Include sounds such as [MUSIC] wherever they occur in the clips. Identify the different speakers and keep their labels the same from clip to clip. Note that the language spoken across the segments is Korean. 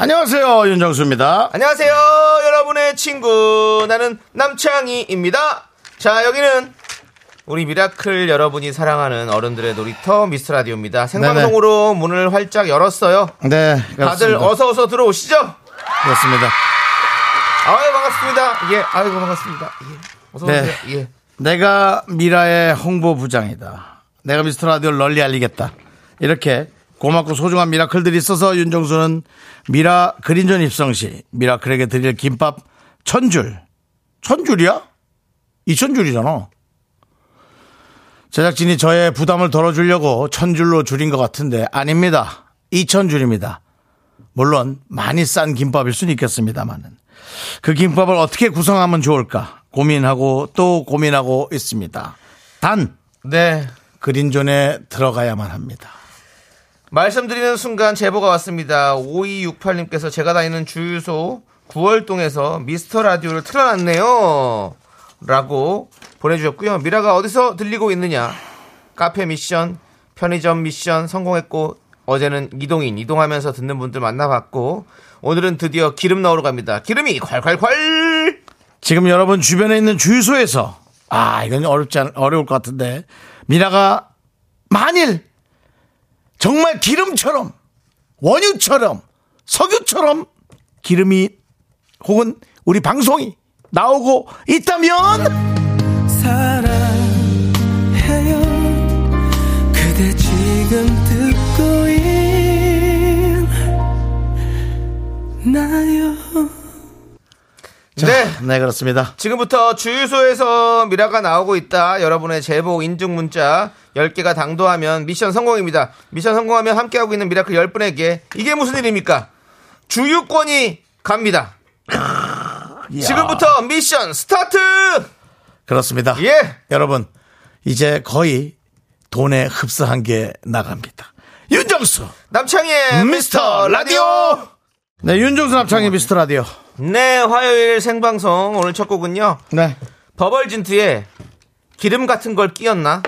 Speaker 1: 안녕하세요 윤정수입니다.
Speaker 2: 안녕하세요, 여러분의 친구. 나는 남창희입니다. 자, 여기는 우리 미라클 여러분이 사랑하는 어른들의 놀이터 미스 라디오입니다. 생방송으로 문을 활짝 열었어요.
Speaker 1: 네,
Speaker 2: 다들
Speaker 1: 그렇습니다.
Speaker 2: 어서 어서 들어오시죠.
Speaker 1: 그렇습니다.
Speaker 2: 아유 반갑습니다. 예, 아이고 반갑습니다. 예, 어서
Speaker 1: 네.
Speaker 2: 오세요. 예.
Speaker 1: 내가 미라의 홍보 부장이다. 내가 미스터 라디오를 널리 알리겠다. 이렇게 고맙고 소중한 미라클들이 있어서 윤정수는 미라 그린존 입성 시 미라클에게 드릴 김밥 천 줄. 천 줄이야? 이천 줄이잖아. 제작진이 저의 부담을 덜어주려고 천 줄로 줄인 것 같은데 아닙니다. 이천 줄입니다. 물론 많이 싼 김밥일 수는 있겠습니다만은. 그 김밥을 어떻게 구성하면 좋을까 고민하고 또 고민하고 있습니다. 단
Speaker 2: 네.
Speaker 1: 그린존에 들어가야만 합니다.
Speaker 2: 말씀드리는 순간 제보가 왔습니다. 5268님께서 제가 다니는 주유소 9월동에서 미스터 라디오를 틀어놨네요. 라고 보내주셨고요. 미라가 어디서 들리고 있느냐. 카페 미션, 편의점 미션 성공했고, 어제는 이동인, 이동하면서 듣는 분들 만나봤고, 오늘은 드디어 기름 넣으러 갑니다. 기름이 콸콸콸!
Speaker 1: 지금 여러분 주변에 있는 주유소에서 아 이건 어렵지 않, 어려울 것 같은데 미라가 만일 정말 기름처럼 원유처럼 석유처럼 기름이 혹은 우리 방송이 나오고 있다면
Speaker 3: 사랑해요 그대 지금 듣고 있나요
Speaker 2: 네!
Speaker 1: 네 그렇습니다.
Speaker 2: 지금부터 주유소에서 미라가 나오고 있다. 여러분의 제보 인증 문자 10개가 당도하면 미션 성공입니다. 미션 성공하면 함께하고 있는 미라클 10분에게 이게 무슨 일입니까? 주유권이 갑니다. 지금부터 미션 스타트!
Speaker 1: 그렇습니다.
Speaker 2: 예!
Speaker 1: 여러분 이제 거의 돈에 흡사한 게 나갑니다. 윤정수
Speaker 2: 남창희의 미스터 라디오!
Speaker 1: 네 윤정수 남창의 미스터 라디오
Speaker 2: 네, 화요일 생방송 오늘 첫 곡은요.
Speaker 1: 네
Speaker 2: 버벌진트의 기름 같은 걸 끼었나?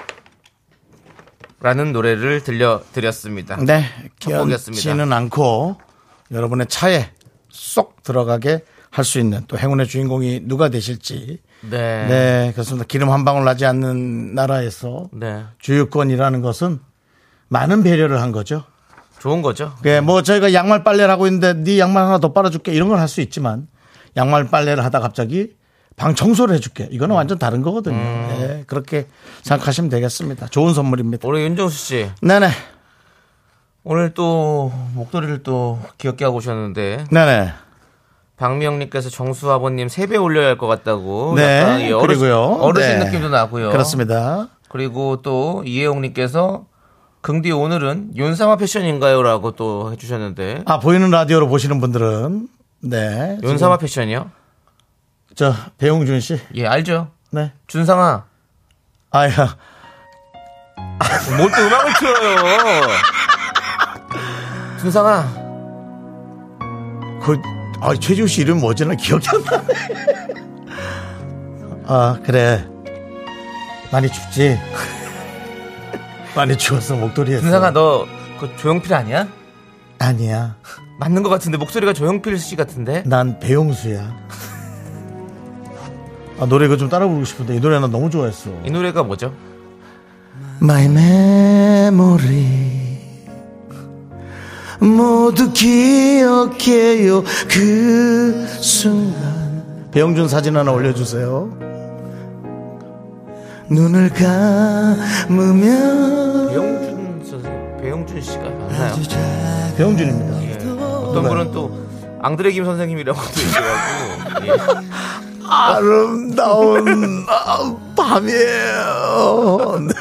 Speaker 2: 라는 노래를 들려드렸습니다.
Speaker 1: 네,
Speaker 2: 첫 곡이었습니다.
Speaker 1: 끼얹지는 않고 여러분의 차에 쏙 들어가게 할 수 있는 또 행운의 주인공이 누가 되실지
Speaker 2: 네.
Speaker 1: 네 그렇습니다. 기름 한 방울 나지 않는 나라에서
Speaker 2: 네.
Speaker 1: 주유권이라는 것은 많은 배려를 한 거죠.
Speaker 2: 좋은 거죠.
Speaker 1: 예, 뭐 저희가 양말 빨래를 하고 있는데 네 양말 하나 더 빨아줄게 이런 걸 할 수 있지만 양말 빨래를 하다 갑자기 방 청소를 해줄게 이거는 완전 다른 거거든요.
Speaker 2: 음.
Speaker 1: 예, 그렇게 생각하시면 되겠습니다. 좋은 선물입니다.
Speaker 2: 우리 윤정수 씨
Speaker 1: 네네,
Speaker 2: 오늘 또 목소리를 또 귀엽게 하고 오셨는데
Speaker 1: 네네.
Speaker 2: 박미영님께서 정수 아버님 세배 올려야 할 것 같다고. 약간 이
Speaker 1: 네,
Speaker 2: 어르신-
Speaker 1: 그리고요.
Speaker 2: 어르신
Speaker 1: 네.
Speaker 2: 느낌도 나고요.
Speaker 1: 그렇습니다.
Speaker 2: 그리고 또 이혜영님께서 긍디 오늘은 윤상화 패션인가요라고 또 해주셨는데
Speaker 1: 아 보이는 라디오로 보시는 분들은 네,
Speaker 2: 윤상화 패션이요?
Speaker 1: 지금 저 배용준 씨,
Speaker 2: 예 알죠.
Speaker 1: 네,
Speaker 2: 준상아
Speaker 1: 아야,
Speaker 2: 뭘 또 음악을 틀어요? [LAUGHS] 준상아
Speaker 1: 그, 아 최지우 씨 이름 뭐지? 나 기억이 안 나네. 아 그래, 많이 춥지. 많이 추웠어 목도리에서.
Speaker 2: 준상아 너 그 조용필 아니야?
Speaker 1: 아니야,
Speaker 2: 맞는 것 같은데 목소리가 조용필 씨 같은데.
Speaker 1: 난 배용수야. 아 노래 이거 좀 따라 부르고 싶은데 이 노래 나 너무 좋아했어.
Speaker 2: 이 노래가 뭐죠?
Speaker 1: My memory 모두 기억해요 그 순간 배영준 사진 하나 올려주세요 눈을 감으면
Speaker 2: 배용준 선생 배용준 씨가
Speaker 1: 아,
Speaker 2: 맞나요?
Speaker 1: 배영준입니다
Speaker 2: 예. 어떤
Speaker 1: 네.
Speaker 2: 분은 또 앙드레 김 선생님이라고 [LAUGHS] 도 있어가지고 예.
Speaker 1: 아름다운 아, 밤이에요 네.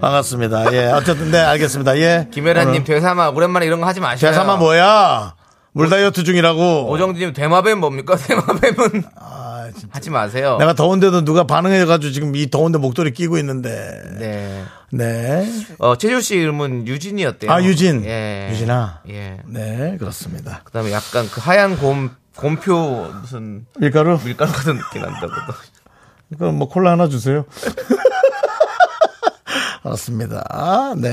Speaker 1: 반갑습니다 예 어쨌든 네 알겠습니다 예 어. 뭐?
Speaker 2: 김혜란님 되삼아 오랜만에 이런 거 하지 마세요.
Speaker 1: 대사마 뭐야 물 다이어트 중이라고.
Speaker 2: 네. 오정진님 대마뱀 뭡니까? [LAUGHS] 대마뱀은
Speaker 1: 아, 진짜.
Speaker 2: 하지 마세요.
Speaker 1: 내가 더운데도 누가 반응해가지고 지금 이 더운데 목도리 끼고 있는데.
Speaker 2: 네.
Speaker 1: 네.
Speaker 2: 어, 최조 씨 이름은 유진이었대요.
Speaker 1: 아, 유진.
Speaker 2: 예.
Speaker 1: 유진아.
Speaker 2: 예.
Speaker 1: 네, 그렇습니다.
Speaker 2: 그다음에 약간 그 하얀 곰 곰표 무슨
Speaker 1: 밀가루?
Speaker 2: 밀가루 [LAUGHS] 같은 느낌 난다고.
Speaker 1: 그럼 뭐 콜라 하나 주세요. [LAUGHS] 알았습니다. 아, 네.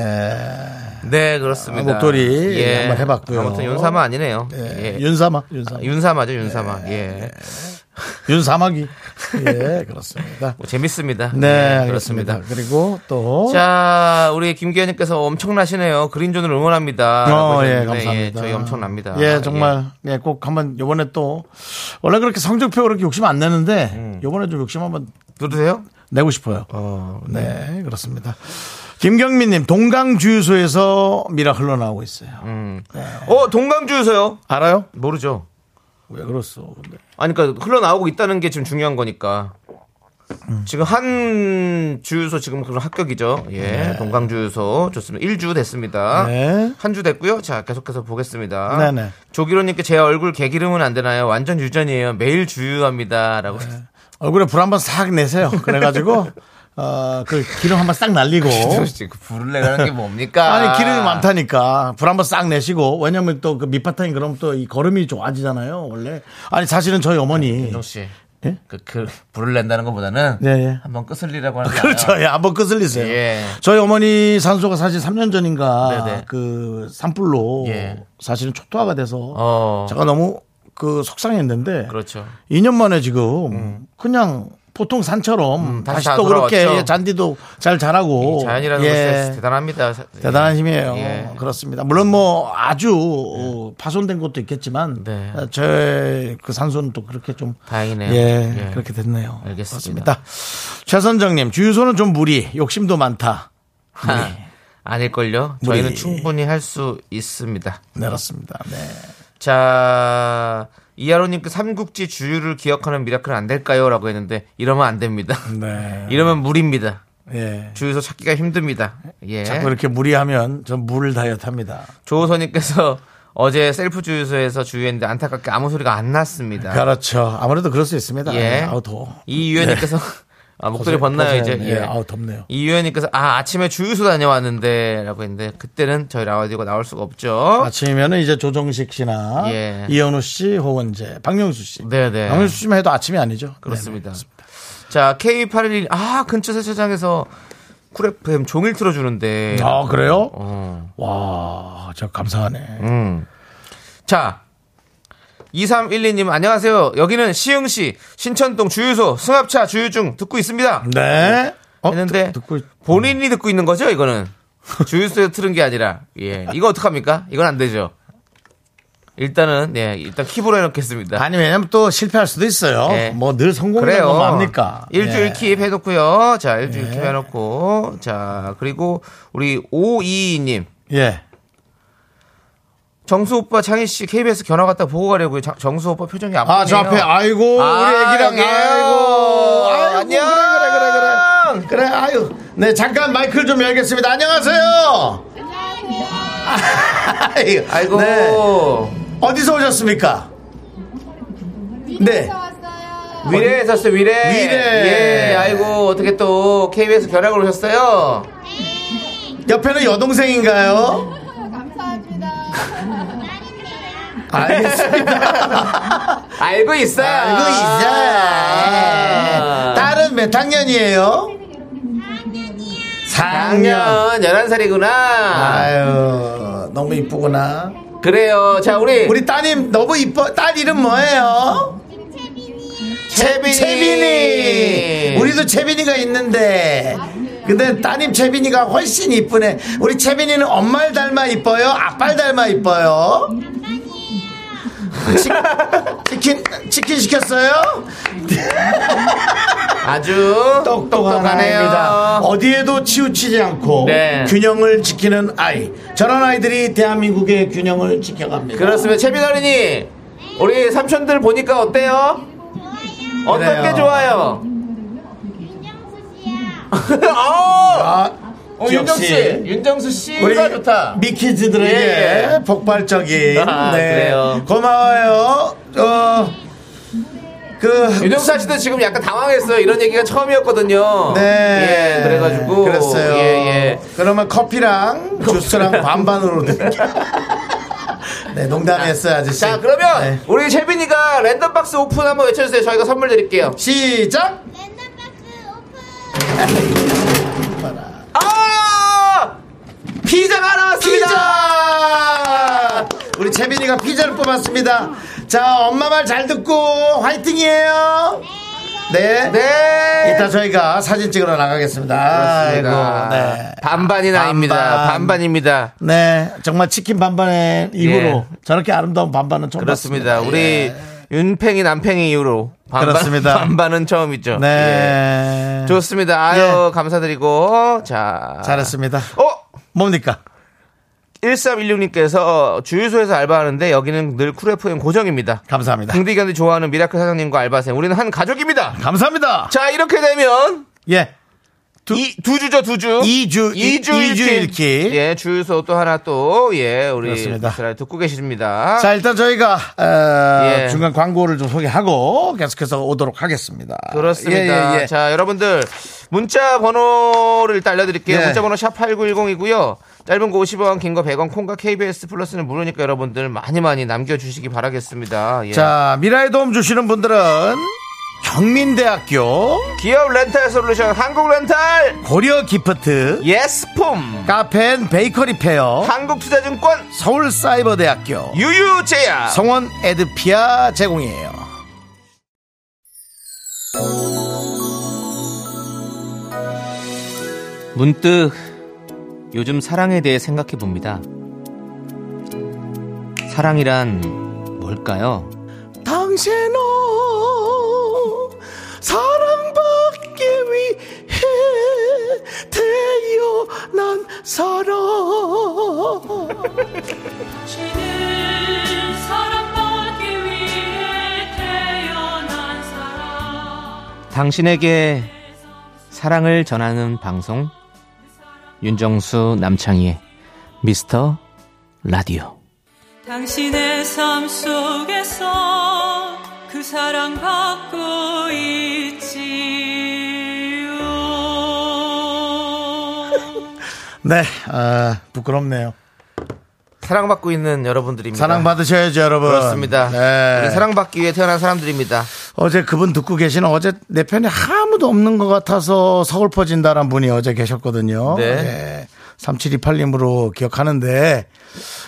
Speaker 2: 네, 그렇습니다. 예.
Speaker 1: 아, 목도리 한번 해봤고요.
Speaker 2: 아무튼 윤사마 아니네요.
Speaker 1: 예.
Speaker 2: 예.
Speaker 1: 윤사마. 윤사마.
Speaker 2: 윤사마죠, 윤사마.
Speaker 1: 네.
Speaker 2: 예.
Speaker 1: 윤사마기. 예, 그렇습니다.
Speaker 2: 뭐 재밌습니다.
Speaker 1: 네,
Speaker 2: 예,
Speaker 1: 그렇습니다. 그리고 또.
Speaker 2: 자, 우리 김기현님께서 엄청나시네요. 그린존을 응원합니다.
Speaker 1: 어,
Speaker 2: 라고
Speaker 1: 예,
Speaker 2: 하셨는데,
Speaker 1: 감사합니다.
Speaker 2: 예, 저희 엄청납니다.
Speaker 1: 예, 정말. 예, 꼭 한번 요번에 또. 원래 그렇게 성적표 그렇게 욕심 안 내는데, 요번에 좀 욕심 한번
Speaker 2: 예. 누르세요?
Speaker 1: 내고 음. 싶어요.
Speaker 2: 어,
Speaker 1: 네, 그렇습니다. 김경민님, 동강주유소에서 미라 흘러나오고 있어요.
Speaker 2: 어, 동강주유서요?
Speaker 1: 알아요?
Speaker 2: 모르죠.
Speaker 1: 왜 그렇소, 근데.
Speaker 2: 아니, 그러니까 흘러나오고 있다는 게 지금 중요한 거니까.
Speaker 1: 음.
Speaker 2: 지금 한 주유소 지금 그런 합격이죠. 예. 동강주유소 좋습니다. 1주 됐습니다.
Speaker 1: 네.
Speaker 2: 한 주 됐고요. 자, 계속해서 보겠습니다.
Speaker 1: 네네.
Speaker 2: 조기로님께 제 얼굴 개기름은 안 되나요? 완전 유전이에요. 매일 주유합니다.
Speaker 1: 네.
Speaker 2: 라고.
Speaker 1: 얼굴에 불 한번 싹 내세요. 그래가지고, [LAUGHS] 어, 그 기름 한번 싹 날리고.
Speaker 2: 그 불을 내라는 게 뭡니까?
Speaker 1: 어? [LAUGHS] 아니, 기름이 많다니까. 불 한번 싹 내시고. 왜냐면 또 그 밑바탕이 그럼 또 이 걸음이 좋아지잖아요, 원래. 아니, 사실은 저희 어머니.
Speaker 2: 윤종 네, 씨.
Speaker 1: 예? [LAUGHS]
Speaker 2: 그, 그 불을 낸다는 것보다는
Speaker 1: 예, 예.
Speaker 2: 한번 끄슬리라고 하는 게
Speaker 1: 그렇죠.
Speaker 2: 나아요.
Speaker 1: 예, 한번 끄슬리세요.
Speaker 2: 예.
Speaker 1: 저희 어머니 산소가 사실 3년 전인가
Speaker 2: 네네.
Speaker 1: 그 산불로
Speaker 2: 예.
Speaker 1: 사실은 초토화가 돼서
Speaker 2: 어.
Speaker 1: 제가 너무 그 속상했는데
Speaker 2: 그렇죠. 음.
Speaker 1: 2년 만에 지금 그냥 보통 산처럼 다시,
Speaker 2: 다시 다
Speaker 1: 또 그렇게
Speaker 2: 돌아왔죠.
Speaker 1: 예, 잔디도 잘
Speaker 2: 이
Speaker 1: 자라고
Speaker 2: 자연이라는
Speaker 1: 예,
Speaker 2: 것은 대단합니다.
Speaker 1: 대단한 힘이에요.
Speaker 2: 예.
Speaker 1: 그렇습니다. 물론 뭐 아주 어, 파손된 것도 있겠지만
Speaker 2: 네.
Speaker 1: 어, 저의 그 산소는 또 그렇게 좀
Speaker 2: 다행이네요.
Speaker 1: 예,
Speaker 2: 예.
Speaker 1: 그렇게 됐네요.
Speaker 2: 알겠습니다.
Speaker 1: 그렇습니다. 최선정님 주유소는 좀 무리, 욕심도 많다.
Speaker 2: 아,
Speaker 1: 네.
Speaker 2: 아닐걸요. 저희는
Speaker 1: 우리.
Speaker 2: 충분히 할 수 있습니다.
Speaker 1: 내렸습니다. 네.
Speaker 2: 자, 이하로님께 그 삼국지 주유를 기억하는 미라클은 안 될까요? 라고 했는데, 이러면 안 됩니다.
Speaker 1: 네.
Speaker 2: 이러면 물입니다.
Speaker 1: 예.
Speaker 2: 주유소 찾기가 힘듭니다. 예.
Speaker 1: 자꾸 이렇게 무리하면 전 물을 다이어트 합니다.
Speaker 2: 조호선님께서 어제 셀프 주유소에서 주유했는데 안타깝게 아무 소리가 안 났습니다.
Speaker 1: 그렇죠. 아무래도 그럴 수 있습니다.
Speaker 2: 예.
Speaker 1: 아우 더워. 네.
Speaker 2: 이 유현님께서 [LAUGHS] 아, 목소리
Speaker 1: 거세-
Speaker 2: 벗나요
Speaker 1: 거세-
Speaker 2: 이제?
Speaker 1: 네,
Speaker 2: 예.
Speaker 1: 아우 덥네요.
Speaker 2: 이 유현님께서 아 아침에 주유소 다녀왔는데라고 했는데 그때는 저희 라디오가 나올 수가 없죠.
Speaker 1: 아침이면은 이제 조정식 씨나
Speaker 2: 예.
Speaker 1: 이현우 씨, 호원재, 박명수 씨.
Speaker 2: 네네.
Speaker 1: 박명수 씨만 해도 아침이 아니죠. 네,
Speaker 2: 그렇습니다. 자 K811 아 근처 세차장에서 쿨 FM 종일 틀어주는데.
Speaker 1: 네네. 아 그래요?
Speaker 2: 어.
Speaker 1: 와, 저 감사하네.
Speaker 2: 음. 자. 2312님 안녕하세요. 여기는 시흥시 신천동 주유소 승합차 주유 중 듣고 있습니다.
Speaker 1: 네. 어?
Speaker 2: 했는데
Speaker 1: 듣- 듣고 있-
Speaker 2: 본인이 듣고 있는 거죠 이거는 주유소에 틀은 게 아니라 예 이거 어떡합니까 이건 안 되죠 일단은 예 일단 킵으로 해놓겠습니다
Speaker 1: 아니 왜냐면 또 실패할 수도 있어요.
Speaker 2: 예.
Speaker 1: 뭐 늘 성공하는
Speaker 2: 그래요
Speaker 1: 건 뭡니까?
Speaker 2: 일주일
Speaker 1: 예.
Speaker 2: 킵 해놓고요 자 일주일 킵 해놓고 자 그리고 우리 522님
Speaker 1: 예.
Speaker 2: 정수 오빠 창희 씨 KBS 견학 갔다 보고 가려고요 자- 정수 오빠 표정이 안 보이네요
Speaker 1: 아, 저 앞에 아이고 우리 애기랑
Speaker 2: 여기에요.
Speaker 1: 아이고 아이고
Speaker 2: 안녕
Speaker 1: 그래 그래 그래 그래 그래 아유 네 잠깐 마이크를 좀 열겠습니다 안녕하세요 안녕하세요
Speaker 2: 아이고
Speaker 1: 네. 어디서 오셨습니까 네
Speaker 2: 위례에 섰어요, 위례.
Speaker 1: 위례.
Speaker 2: 예, 아이고, 어떻게 또 KBS 결학을 오셨어요?
Speaker 1: 옆에는 여동생인가요 [LAUGHS] 알겠습니다
Speaker 2: 알고 있어요. 아.
Speaker 1: 알고 예. 있어 딸은 몇 학년이에요 4학년 아.
Speaker 2: 작년 11살이구나.
Speaker 1: 아유 너무 이쁘구나
Speaker 2: 그래요. 자, 우리.
Speaker 1: 우리 따님 너무 이뻐. 딸 이름 뭐예요?
Speaker 2: 채빈이.
Speaker 1: 채빈이. 우리도 채빈이가 있는데. 근데 따님 채빈이가 훨씬 이쁘네. 우리 채빈이는 엄마를 닮아 이뻐요? 아빠를 닮아 이뻐요? 치, 킨 치킨 시켰어요?
Speaker 2: 아주
Speaker 1: 똑똑한 아이입니다. 어디에도 치우치지 않고
Speaker 2: 네.
Speaker 1: 균형을 지키는 아이. 저런 아이들이 대한민국의 균형을 지켜갑니다.
Speaker 2: 그렇습니다. 채빈 어린이. 우리 삼촌들 보니까 어때요? 어떤
Speaker 1: 그래요.
Speaker 2: 게 좋아요? [LAUGHS] 어!
Speaker 1: 아,
Speaker 2: 어, 윤정수 씨. 윤정수 씨가 좋다.
Speaker 1: 미키즈들의
Speaker 2: 예.
Speaker 1: 폭발적인.
Speaker 2: 아,
Speaker 1: 네.
Speaker 2: 그래요.
Speaker 1: 고마워요. 어, 그,
Speaker 2: 윤정수 씨도 지금 약간 당황했어요. 이런 얘기가 처음이었거든요.
Speaker 1: 네.
Speaker 2: 예, 그래가지고.
Speaker 1: 그랬어요.
Speaker 2: 예, 예.
Speaker 1: 그러면 커피랑 주스랑 반반으로
Speaker 2: [LAUGHS]
Speaker 1: 드릴게요. 네, 농담했어요, 아저씨.
Speaker 2: 자, 그러면
Speaker 1: 네.
Speaker 2: 우리 채빈이가 랜덤박스 오픈 한번 외쳐주세요. 저희가 선물 드릴게요.
Speaker 1: 시작!
Speaker 2: 아! 피자가 나왔습니다!
Speaker 1: 피자! 우리 채빈이가 피자를 뽑았습니다. 자, 엄마 말 잘 듣고 화이팅이에요. 네.
Speaker 2: 네.
Speaker 1: 이따 저희가 사진 찍으러 나가겠습니다.
Speaker 2: 그렇습니다.
Speaker 1: 아이고, 네.
Speaker 2: 반반이나입니다.
Speaker 1: 반반.
Speaker 2: 반반. 입니다
Speaker 1: 네, 정말 치킨 반반의 입으로
Speaker 2: 예.
Speaker 1: 저렇게 아름다운 반반은 처음
Speaker 2: 그렇습니다.
Speaker 1: 봤습니다.
Speaker 2: 우리
Speaker 1: 예.
Speaker 2: 윤팽이 남팽이 이후로 반반,
Speaker 1: 그렇습니다.
Speaker 2: 반반은 처음이죠.
Speaker 1: 네. 예.
Speaker 2: 예. 좋습니다. 아유, 감사드리고. 자.
Speaker 1: 잘했습니다.
Speaker 2: 어?
Speaker 1: 뭡니까?
Speaker 2: 1316님께서 주유소에서 알바하는데 여기는 늘 쿨FM 고정입니다.
Speaker 1: 감사합니다.
Speaker 2: 긍디견이 좋아하는 미라클 사장님과 알바생. 우리는 한 가족입니다.
Speaker 1: 감사합니다.
Speaker 2: 자, 이렇게 되면
Speaker 1: 예.
Speaker 2: 이, 두 주죠, 두 주.
Speaker 1: 이 주, 이-
Speaker 2: 어? 이주
Speaker 1: 이주
Speaker 2: 일기.
Speaker 1: 일기.
Speaker 2: 예, 주유소 또 하나 또, 예, 우리.
Speaker 1: 그렇습니다.
Speaker 2: 미스터 라디오 듣고 계십니다.
Speaker 1: 자, 일단 저희가 어,
Speaker 2: 아. 예.
Speaker 1: 중간 광고를 좀 소개하고 계속해서 오도록 하겠습니다.
Speaker 2: 그렇습니다.
Speaker 1: 예, 예, 예.
Speaker 2: 자, 여러분들 문자 번호를 일단 알려드릴게요.
Speaker 1: 네.
Speaker 2: 문자 번호 샵 8910이고요. 짧은 거 50원, 긴 거 100원, 콩과 KBS 플러스는 무료니까 여러분들 많이 많이 남겨주시기 바라겠습니다. 예.
Speaker 1: 자, 미라에 도움 주시는 분들은 경민대학교
Speaker 2: 기업 렌탈 솔루션 한국 렌탈
Speaker 1: 고려 기프트
Speaker 2: 예. 예스폼
Speaker 1: 카페 베이커리 페어
Speaker 2: 한국투자증권
Speaker 1: 서울사이버대학교
Speaker 2: 유유제야
Speaker 1: 성원 에드피아 제공이에요.
Speaker 4: 문득 요즘 사랑에 대해 생각해 봅니다. 사랑이란 뭘까요?
Speaker 1: 당신은 사랑받기 위해 태어난 사람
Speaker 5: 지는 사랑받기 위해 태어난 사람
Speaker 4: 당신에게 사랑을 전하는 방송 윤정수 남창희의 미스터 라디오
Speaker 5: 당신의 삶 속에서 그 사랑 받고 있지요
Speaker 1: 네, 아, 부끄럽네요.
Speaker 2: 사랑받고 있는 여러분들입니다.
Speaker 1: 사랑받으셔야죠, 여러분.
Speaker 2: 그렇습니다.
Speaker 1: 네.
Speaker 2: 우리 사랑받기 위해 태어난 사람들입니다.
Speaker 1: 어제 그분 듣고 계시는 어제 내 편에 아무도 없는 것 같아서 서글퍼진다란 분이 어제 계셨거든요.
Speaker 2: 네.
Speaker 1: 예. 3728님으로 기억하는데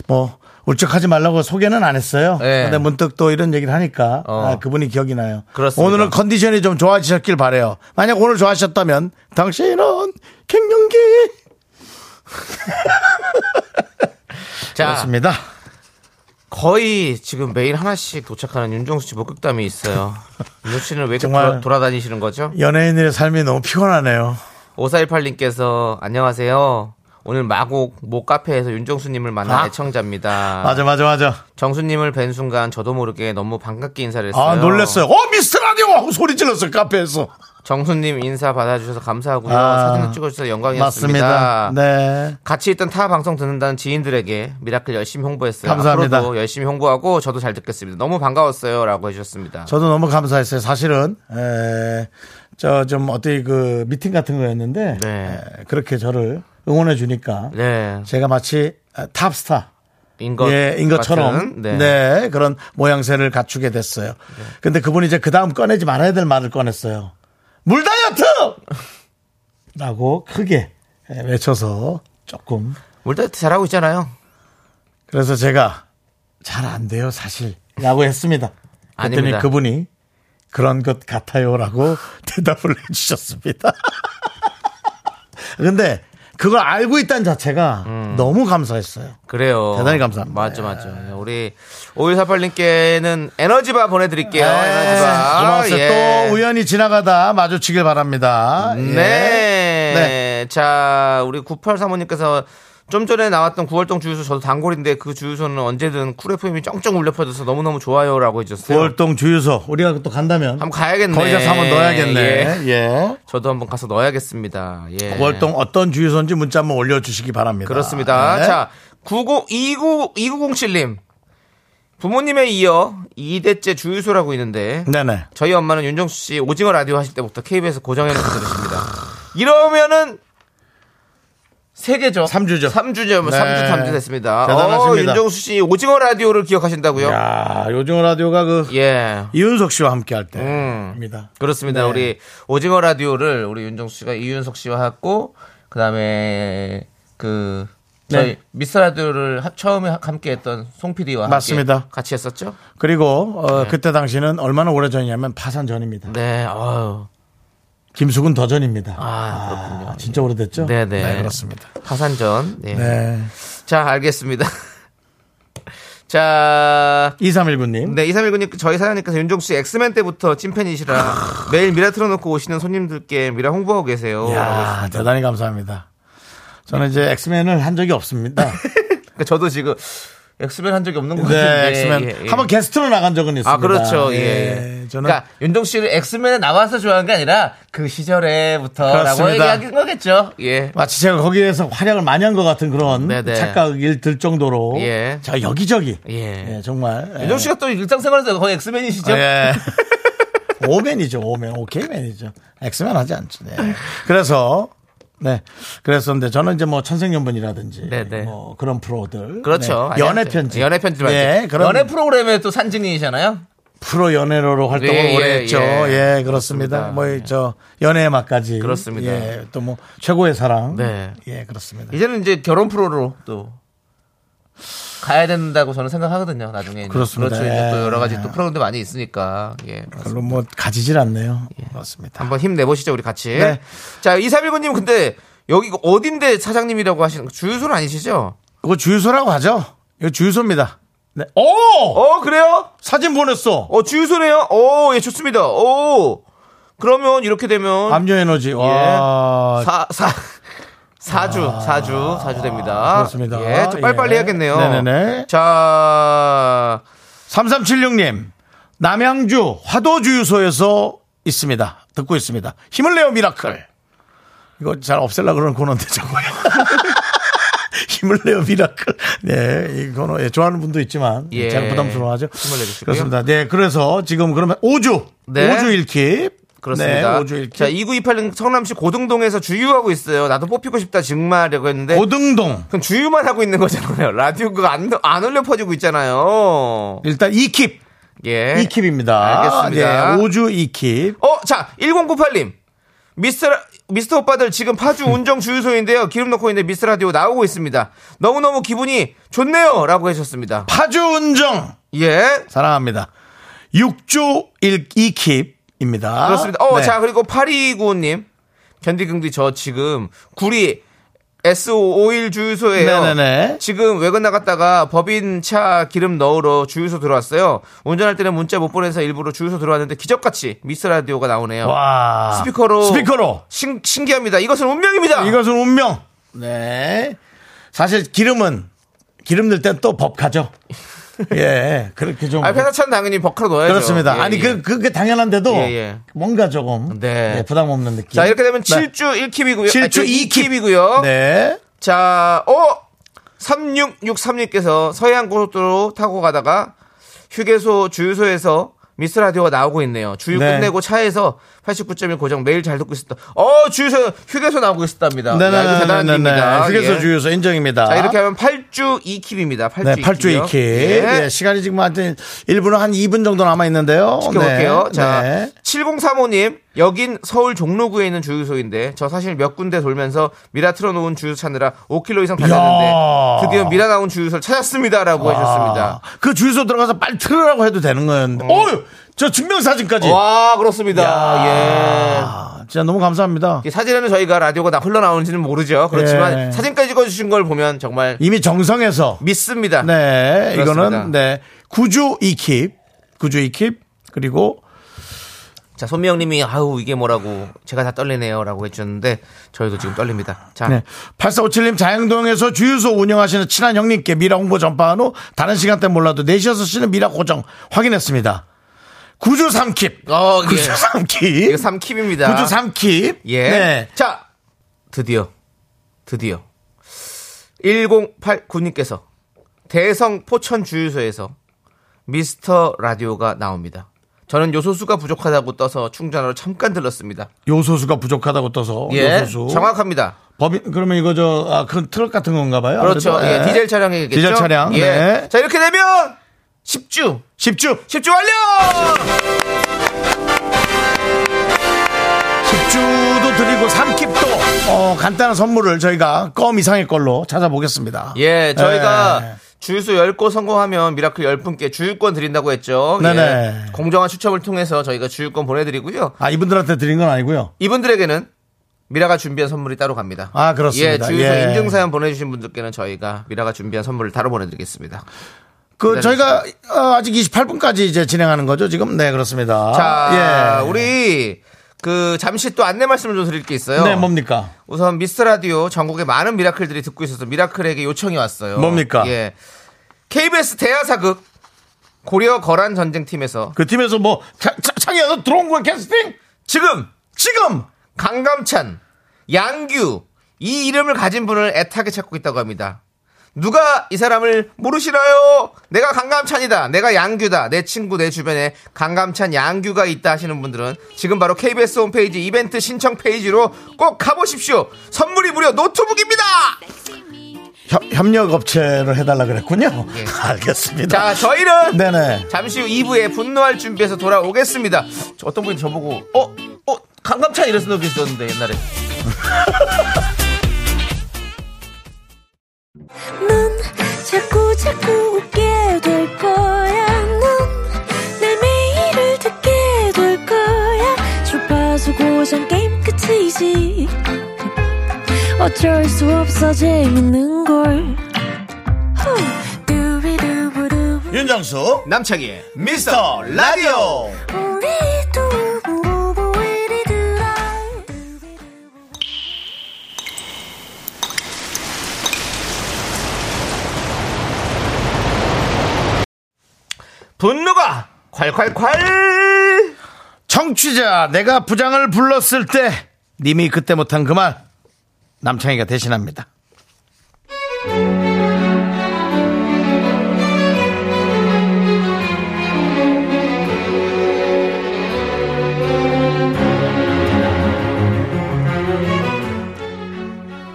Speaker 1: 뭐 울적하지 말라고 소개는 안 했어요.
Speaker 2: 네.
Speaker 1: 근데 문득 또 이런 얘기를 하니까
Speaker 2: 어.
Speaker 1: 아, 그분이 기억이 나요.
Speaker 2: 그렇습니다.
Speaker 1: 오늘은 컨디션이 좀 좋아지셨길 바래요. 만약 오늘 좋아하셨다면 당신은 갱년기
Speaker 2: 자,
Speaker 1: 그렇습니다.
Speaker 2: 거의 지금 매일 하나씩 도착하는 윤종수 씨
Speaker 1: [LAUGHS]
Speaker 2: 목격담이 있어요. 윤종수 씨는 왜 이렇게
Speaker 1: 정말-
Speaker 2: 돌아- 돌아다니시는 거죠?
Speaker 1: 연예인들의 삶이 너무 피곤하네요.
Speaker 2: 5418님께서 안녕하세요. 오늘 마곡 모 카페에서 윤정수님을 만난
Speaker 1: 아.
Speaker 2: 애청자입니다.
Speaker 1: 맞아 맞아 맞아.
Speaker 2: 정수님을 뵌 순간 저도 모르게 너무 반갑게 인사를 했어요.
Speaker 1: 아 놀랬어요. 어 미스터 라디오 하고 소리 질렀어요 카페에서.
Speaker 2: 정수님 인사 받아주셔서 감사하고요.
Speaker 1: 아.
Speaker 2: 사진을 찍어주셔서 영광이었습니다.
Speaker 1: 맞습니다. 네.
Speaker 2: 같이 있던 타 방송 듣는다는 지인들에게 미라클 열심히 홍보했어요.
Speaker 1: 감사합니다.
Speaker 2: 앞으로도 열심히 홍보하고 저도 잘 듣겠습니다. 너무 반가웠어요라고 해주셨습니다.
Speaker 1: 저도 너무 감사했어요. 사실은 저 좀 어떻게 그 미팅 같은 거였는데
Speaker 2: 네.
Speaker 1: 에, 그렇게 저를 응원해 주니까
Speaker 2: 네,
Speaker 1: 제가 마치 아, 탑스타
Speaker 2: 인것
Speaker 1: 예, 인 것처럼
Speaker 2: 같은, 네.
Speaker 1: 네. 그런 모양새를 갖추게 됐어요. 근데 그분이 이제 그 다음 꺼내지 말아야 될 말을 꺼냈어요. 물 다이어트! 라고 크게 에, 외쳐서 조금
Speaker 2: 물다이어트 잘하고 있잖아요.
Speaker 1: 그래서 제가 잘 안 돼요, 사실. 라고 했습니다. 그랬더니
Speaker 2: [LAUGHS] 아닙니다.
Speaker 1: 그분이 그런 것 같아요라고 [LAUGHS] 대답을 해주셨습니다. [LAUGHS] 근데 그걸 알고 있다는 자체가
Speaker 2: 음.
Speaker 1: 너무 감사했어요.
Speaker 2: 그래요.
Speaker 1: 대단히 감사합니다. 네.
Speaker 2: 맞죠, 맞죠. 우리 5148님께는 에너지바 보내드릴게요. 에너지바.
Speaker 1: 아, 예. 고마웠어요.
Speaker 2: 아, 네, 예.
Speaker 1: 또 우연히 지나가다 마주치길 바랍니다. 예.
Speaker 2: 음, 네.
Speaker 1: 네.
Speaker 2: 자, 우리 983호님께서 좀 전에 나왔던 구월동 주유소 저도 단골인데 그 주유소는 언제든 쿨 FM이 쩡쩡 울려 퍼져서 너무너무 좋아요라고 해주셨어요.
Speaker 1: 월동 주유소 우리가 또 간다면
Speaker 2: 한번 가야겠네.
Speaker 1: 거기 가서 한번 넣어야겠네.
Speaker 2: 예.
Speaker 1: 예.
Speaker 2: 저도 한번 가서 넣어야겠습니다. 예.
Speaker 1: 월동 어떤 주유소인지 문자 한번 올려주시기 바랍니다.
Speaker 2: 그렇습니다.
Speaker 1: 네.
Speaker 2: 자, 99, 29, 2907님. 부모님에 이어 2대째 주유소라고 있는데
Speaker 1: 네네.
Speaker 2: 저희 엄마는 윤정수 씨 오징어 라디오 하실 때부터 KBS 고정해놓고 들으십니다. 이러면은 세 개죠.
Speaker 1: 3주죠.
Speaker 2: 3주죠.
Speaker 1: 네.
Speaker 2: 3주, 3주 됐습니다. 어,
Speaker 1: 대단하십니다.
Speaker 2: 윤정수 씨 오징어 라디오를 기억하신다고요?
Speaker 1: 야 요즘 라디오가 그
Speaker 2: 예.
Speaker 1: 이윤석 씨와 함께 할
Speaker 2: 음.
Speaker 1: 때입니다.
Speaker 2: 그렇습니다.
Speaker 1: 네.
Speaker 2: 우리 오징어 라디오를 우리 윤정수 씨가 이윤석 씨와 했고 그다음에 그 저희
Speaker 1: 네.
Speaker 2: 미스터 라디오를 하- 처음에 함께 했던 송 PD와
Speaker 1: 맞습니다.
Speaker 2: 같이 했었죠?
Speaker 1: 그리고 어, 그때 당시는 얼마나 오래 전이냐면 파산 전입니다.
Speaker 2: 네. 아유.
Speaker 1: 김숙은 더 전입니다.
Speaker 2: 아, 그렇군요.
Speaker 1: 진짜 오래됐죠?
Speaker 2: 네, 네.
Speaker 1: 그렇습니다.
Speaker 2: 파산전. 예.
Speaker 1: 네.
Speaker 2: 자, 알겠습니다. [LAUGHS] 자,
Speaker 1: 2319님.
Speaker 2: 네, 2319님, 저희 사장님께서 윤종수 씨 엑스맨 때부터
Speaker 1: 아.
Speaker 2: 찐팬이시라 매일 미라 틀어놓고 오시는 손님들께 미라 홍보하고 계세요. 라고
Speaker 1: 야 대단히 감사합니다. 저는 이제 엑스맨을 한 적이
Speaker 2: [LAUGHS]
Speaker 1: 없습니다.
Speaker 2: 그러니까 저도 지금 엑스맨 한 적이 없는 것 같은데.
Speaker 1: 네, 엑스맨.
Speaker 2: 예, 예.
Speaker 1: 한번 게스트로 나간 적은 있습니다.
Speaker 2: 아, 그렇죠. 예.
Speaker 1: 저는
Speaker 2: 그러니까 윤동 씨를 엑스맨에 나와서 좋아하는 게 아니라 그 시절에부터라고
Speaker 1: 그렇습니다. 네.
Speaker 2: 얘기하는 거겠죠. 예.
Speaker 1: 마치 제가 거기에서 활약을 많이 한 것 같은 그런
Speaker 2: 네네.
Speaker 1: 착각일 들 정도로
Speaker 2: 예.
Speaker 1: 자 여기저기
Speaker 2: 예.
Speaker 1: 예, 정말
Speaker 2: 윤동 씨가 또 일상생활에서 거의 엑스맨이시죠.
Speaker 1: [LAUGHS] 예. 오맨이죠, 오맨. 오케이맨이죠. 엑스맨 하지 않죠. 네. 그래서, 네. 그래서 근데 저는 이제 뭐 천생연분이라든지
Speaker 2: 네, 네.
Speaker 1: 뭐 그런 프로들.
Speaker 2: 그렇죠.
Speaker 1: 네. 연애 편지.
Speaker 2: 연애 편지 맞죠.
Speaker 1: 예, 그런
Speaker 2: 연애 프로그램의 또 산증인이잖아요.
Speaker 1: 프로 연애로로 활동을
Speaker 2: 예,
Speaker 1: 오래
Speaker 2: 예,
Speaker 1: 했죠.
Speaker 2: 예.
Speaker 1: 예, 그렇습니다.
Speaker 2: 그렇습니다. 예.
Speaker 1: 뭐, 저, 연애의 맛까지.
Speaker 2: 그렇습니다.
Speaker 1: 예, 또 뭐, 최고의 사랑.
Speaker 2: 네.
Speaker 1: 예, 그렇습니다.
Speaker 2: 이제는 이제 결혼 프로로 또 가야 된다고 저는 생각하거든요. 나중에 이제.
Speaker 1: 그렇습니다.
Speaker 2: 그렇죠. 이제 또
Speaker 1: 예.
Speaker 2: 여러 가지 또 프로그램도 많이 있으니까. 예. 맞습니다.
Speaker 1: 별로 뭐, 가지질 않네요. 그렇습니다.
Speaker 2: 예. 한번 힘내보시죠, 우리 같이.
Speaker 1: 네.
Speaker 2: 자, 2319님, 근데 여기 이거 어딘데 사장님이라고 하시는, 주유소는 아니시죠?
Speaker 1: 그거 주유소라고 하죠? 이거 주유소입니다. 네. 오!
Speaker 2: 어, 그래요?
Speaker 1: 사진 보냈어!
Speaker 2: 어, 주유소네요? 오, 예, 좋습니다. 오. 그러면 이렇게 되면.
Speaker 1: 압류 에너지. 와.
Speaker 2: 사, 사. 사주, 사주, 사주 됩니다.
Speaker 1: 아. 그렇습니다.
Speaker 2: 예, 좀 빨리빨리
Speaker 1: 예.
Speaker 2: 해야겠네요.
Speaker 1: 네네네.
Speaker 2: 자,
Speaker 1: 3376님. 남양주 화도주유소에서 있습니다. 듣고 있습니다. 힘을 내요, 미라클. 이거 잘 없앨라 그러는 코너인데, 저거요. [LAUGHS] 힘을 내요, 미라클. 네, 이 코너, 예, 좋아하는 분도 있지만.
Speaker 2: 예.
Speaker 1: 제가 부담스러워하죠.
Speaker 2: 힘을 내주시고요.
Speaker 1: 그렇습니다. 네, 그래서 지금 그러면 5주.
Speaker 2: 네.
Speaker 1: 5주 1킵.
Speaker 2: 그렇습니다.
Speaker 1: 네, 5주 1킵.
Speaker 2: 자, 2928님 성남시 고등동에서 주유하고 있어요. 나도 뽑히고 싶다, 정말이라고 했는데.
Speaker 1: 고등동.
Speaker 2: 그럼 주유만 하고 있는 거잖아요. [LAUGHS] 라디오 그거 안, 안 울려 퍼지고 있잖아요.
Speaker 1: 일단 2킵.
Speaker 2: 예.
Speaker 1: 2킵입니다.
Speaker 2: 알겠습니다.
Speaker 1: 네, 5주 2킵.
Speaker 2: 어, 자, 1098님. 미스터, 미스터 오빠들 지금 파주
Speaker 1: 음.
Speaker 2: 운정 주유소인데요. 기름 넣고 있는데 미스터 라디오 나오고 있습니다. 너무너무 기분이 좋네요. 라고 하셨습니다.
Speaker 1: 파주 운정.
Speaker 2: 예.
Speaker 1: 사랑합니다. 6조 1, 2킵입니다.
Speaker 2: 그렇습니다. 어,
Speaker 1: 네.
Speaker 2: 자, 그리고 8295님. 견디경디 저 지금 구리 S551 주유소에요.
Speaker 1: 네네네.
Speaker 2: 지금 외근 나갔다가 법인 차 기름 넣으러 주유소 들어왔어요. 운전할 때는 문자 못 보내서 일부러 주유소 들어왔는데 기적같이 미스 라디오가 나오네요.
Speaker 1: 와.
Speaker 2: 스피커로.
Speaker 1: 스피커로.
Speaker 2: 신, 신기합니다. 이것은 운명입니다.
Speaker 1: 이것은 운명. 네. 사실 기름은, 기름 넣을 땐 또 법
Speaker 2: [LAUGHS]
Speaker 1: 가죠. 예. 그렇게 좀.
Speaker 2: 아, 회사 차는 당연히 버카로 넣어야죠.
Speaker 1: 그렇습니다.
Speaker 2: 예,
Speaker 1: 아니,
Speaker 2: 예.
Speaker 1: 그, 그게 당연한데도.
Speaker 2: 예, 예.
Speaker 1: 뭔가 조금.
Speaker 2: 네.
Speaker 1: 예, 부담 없는 느낌.
Speaker 2: 자, 이렇게 되면
Speaker 1: 네.
Speaker 2: 7주 1킵이고요.
Speaker 1: 칠주
Speaker 2: 2킵이고요.
Speaker 1: 네.
Speaker 2: 자, 어! 3663님께서 서해안 고속도로 타고 가다가 휴게소 주유소에서 미스 라디오가 나오고 있네요. 주유
Speaker 1: 네.
Speaker 2: 끝내고 차에서 89.1 고정 매일 잘 듣고 있었다. 어, 주유소 휴게소 나오고 있었답니다. 야, 이거 대단한
Speaker 1: 네네네네.
Speaker 2: 일입니다.
Speaker 1: 휴게소
Speaker 2: 예.
Speaker 1: 주유소 인정입니다.
Speaker 2: 자, 이렇게 하면 8주 2킵입니다. 8주
Speaker 1: 네,
Speaker 2: 2킵.
Speaker 1: 8주 2킵. 예. 시간이 지금 하여튼 1분은 한 2분 정도 남아있는데요.
Speaker 2: 지켜볼게요.
Speaker 1: 네.
Speaker 2: 자,
Speaker 1: 네.
Speaker 2: 7035님, 여긴 서울 종로구에 있는 주유소인데, 저 사실 몇 군데 돌면서 미라 틀어놓은 주유소 찾느라 5km 이상 달렸는데,
Speaker 1: 야.
Speaker 2: 드디어 미라 나온 주유소를 찾았습니다라고 하셨습니다.
Speaker 1: 아, 그 주유소 들어가서 빨리 틀으라고 해도 되는 건데. 어휴! 저 증명사진까지.
Speaker 2: 와, 그렇습니다.
Speaker 1: 아, 진짜 너무 감사합니다.
Speaker 2: 예. 이 사진에는 저희가 라디오가 나 흘러나오는지는 모르죠. 그렇지만
Speaker 1: 예.
Speaker 2: 사진까지 찍어주신 걸 보면 정말
Speaker 1: 이미 정성에서.
Speaker 2: 믿습니다.
Speaker 1: 네,
Speaker 2: 그렇습니다.
Speaker 1: 이거는, 네. 구주 2킵. 구주 2킵. 그리고
Speaker 2: 자, 손미영님이 아우 이게 뭐라고 제가 다 떨리네요라고 해주셨는데 저희도 지금 떨립니다. 자,
Speaker 1: 네. 8457님 자양동에서 주유소 운영하시는 친한 형님께 미라 홍보 전파한 후 다른 시간대 몰라도 4시 6시는 미라 고정 확인했습니다. 구주 삼킵.
Speaker 2: 어, 예.
Speaker 1: 구주 삼킵.
Speaker 2: 이거 삼킵입니다.
Speaker 1: 그 구주 삼킵.
Speaker 2: 예.
Speaker 1: 네.
Speaker 2: 자, 드디어, 드디어. 1089님께서 대성 포천 주유소에서 미스터 라디오가 나옵니다. 저는 요소수가 부족하다고 떠서 충전하러 잠깐 들렀습니다.
Speaker 1: 요소수가 부족하다고 떠서
Speaker 2: 예,
Speaker 1: 어, 요소수.
Speaker 2: 정확합니다.
Speaker 1: 법인 그러면 이거 저 아, 그런 트럭 같은 건가 봐요.
Speaker 2: 그렇죠.
Speaker 1: 아무래도.
Speaker 2: 예, 디젤 차량이겠죠.
Speaker 1: 디젤 차량.
Speaker 2: 예.
Speaker 1: 네.
Speaker 2: 자, 이렇게 되면 10주,
Speaker 1: 10주.
Speaker 2: 10주 완료!
Speaker 1: 10주도 드리고 삼킵도 어, 간단한 선물을 저희가 껌 이상의 걸로 찾아보겠습니다.
Speaker 2: 예, 저희가
Speaker 1: 예.
Speaker 2: 주유소 10곳 성공하면 미라클 10분께 주유권 드린다고 했죠. 예.
Speaker 1: 네네.
Speaker 2: 공정한 추첨을 통해서 저희가 주유권 보내드리고요.
Speaker 1: 아 이분들한테 드린 건 아니고요.
Speaker 2: 이분들에게는 미라가 준비한 선물이 따로 갑니다.
Speaker 1: 아, 그렇습니다.
Speaker 2: 예, 주유소
Speaker 1: 예.
Speaker 2: 인증사연 보내주신 분들께는 저희가 미라가 준비한 선물을 따로 보내드리겠습니다.
Speaker 1: 그
Speaker 2: 네,
Speaker 1: 저희가 어, 아직 28분까지 이제 진행하는 거죠 지금. 네 그렇습니다.
Speaker 2: 자,
Speaker 1: 예.
Speaker 2: 우리 그 잠시 또 안내 말씀을 좀 드릴 게 있어요.
Speaker 1: 네 뭡니까?
Speaker 2: 우선 미스 라디오 전국의 많은 미라클들이 듣고 있어서 미라클에게 요청이 왔어요.
Speaker 1: 뭡니까?
Speaker 2: 예. KBS 대하사극 고려 거란 전쟁 팀에서
Speaker 1: 그 팀에서 뭐 차- 차- 창이야 너 들어온 거야 캐스팅?
Speaker 2: 지금
Speaker 1: 지금
Speaker 2: 강감찬, 양규 이 이름을 가진 분을 애타게 찾고 있다고 합니다. 누가 이 사람을 모르시나요? 내가 강감찬이다. 내가 양규다. 내 친구 내 주변에 강감찬 양규가 있다 하시는 분들은 지금 바로 KBS 홈페이지 이벤트 신청 페이지로 꼭 가보십시오. 선물이 무려 노트북입니다.
Speaker 1: 협력 업체를 해달라 그랬군요.
Speaker 2: 예.
Speaker 1: 알겠습니다.
Speaker 2: 자, 저희는
Speaker 1: 네네.
Speaker 2: 잠시 후 2부에 분노할 준비해서 돌아오겠습니다. 저 어떤 분이 저보고 어? 어? 강감찬 이래서 넣있었는데 옛날에.
Speaker 6: 넌 자꾸 자꾸 웃게 될 거야. 넌내 매일을 듣게 될 거야. 주파수 고정 게임 끝이지. 어쩔 수 없어 재밌는 걸. 후. 두비두부두부.
Speaker 1: 윤정수
Speaker 2: 남창희의
Speaker 1: 미스터 라디오.
Speaker 6: 우리 두부부부 우리 두라. 두비두부.
Speaker 2: 분노가 콸콸콸
Speaker 1: 청취자 내가 부장을 불렀을 때 님이 그때 못한 그 말 남창희가 대신합니다.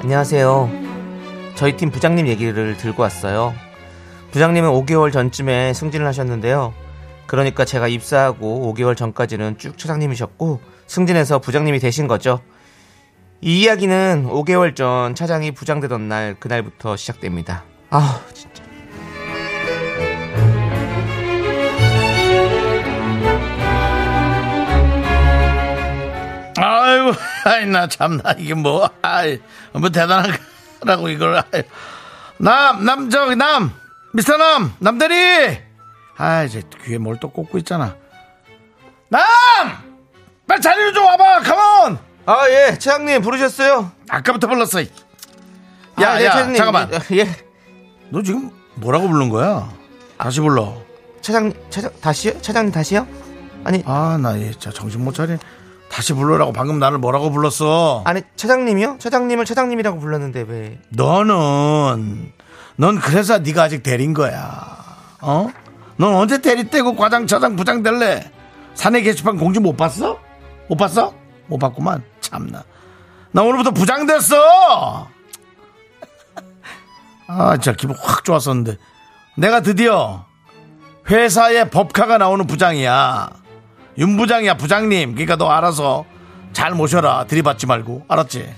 Speaker 2: 안녕하세요 저희 팀 부장님 얘기를 들고 왔어요 부장님은 5개월 전쯤에 승진을 하셨는데요 그러니까 제가 입사하고 5개월 전까지는 쭉 차장님이셨고 승진해서 부장님이 되신 거죠 이 이야기는 5개월 전 차장이 부장되던 날 그날부터 시작됩니다 아 진짜
Speaker 1: 아유, 아이, 나 참나, 이게 뭐, 아이, 뭐 대단한 거라고 이걸, 아이. 남, 남, 저기, 남, 미스터 남, 남대리! 아, 이제 귀에 뭘 또 꽂고 있잖아. 남! 빨리 자리로 좀 와봐, 컴온!
Speaker 2: 아 예 차장님 부르셨어요
Speaker 1: 아까부터 불렀어. 이. 야,
Speaker 2: 아, 네,
Speaker 1: 야,
Speaker 2: 차장님.
Speaker 1: 잠깐만.
Speaker 2: 예
Speaker 1: 너 지금 뭐라고 부른 거야? 다시 불러.
Speaker 2: 차장 차장 다시요 차장님 다시요 아니
Speaker 1: 아, 나, 얘 진짜 정신 못 차리네. 다시 불러라고 방금 나를 뭐라고 불렀어?
Speaker 2: 아니 차장님이요? 차장님을 차장님이라고 불렀는데 왜?
Speaker 1: 너는 넌 그래서 네가 아직 대린 거야. 어? 넌 언제 대리 떼고 과장, 차장, 부장 될래? 사내 게시판 공지 못 봤어? 못 봤어? 못 봤구만. 참나. 나 오늘부터 부장 됐어. 아, 진짜 기분 확 좋았었는데. 내가 드디어 회사의 법카가 나오는 부장이야. 윤 부장이야, 부장님. 그러니까 너 알아서 잘 모셔라. 들이받지 말고. 알았지?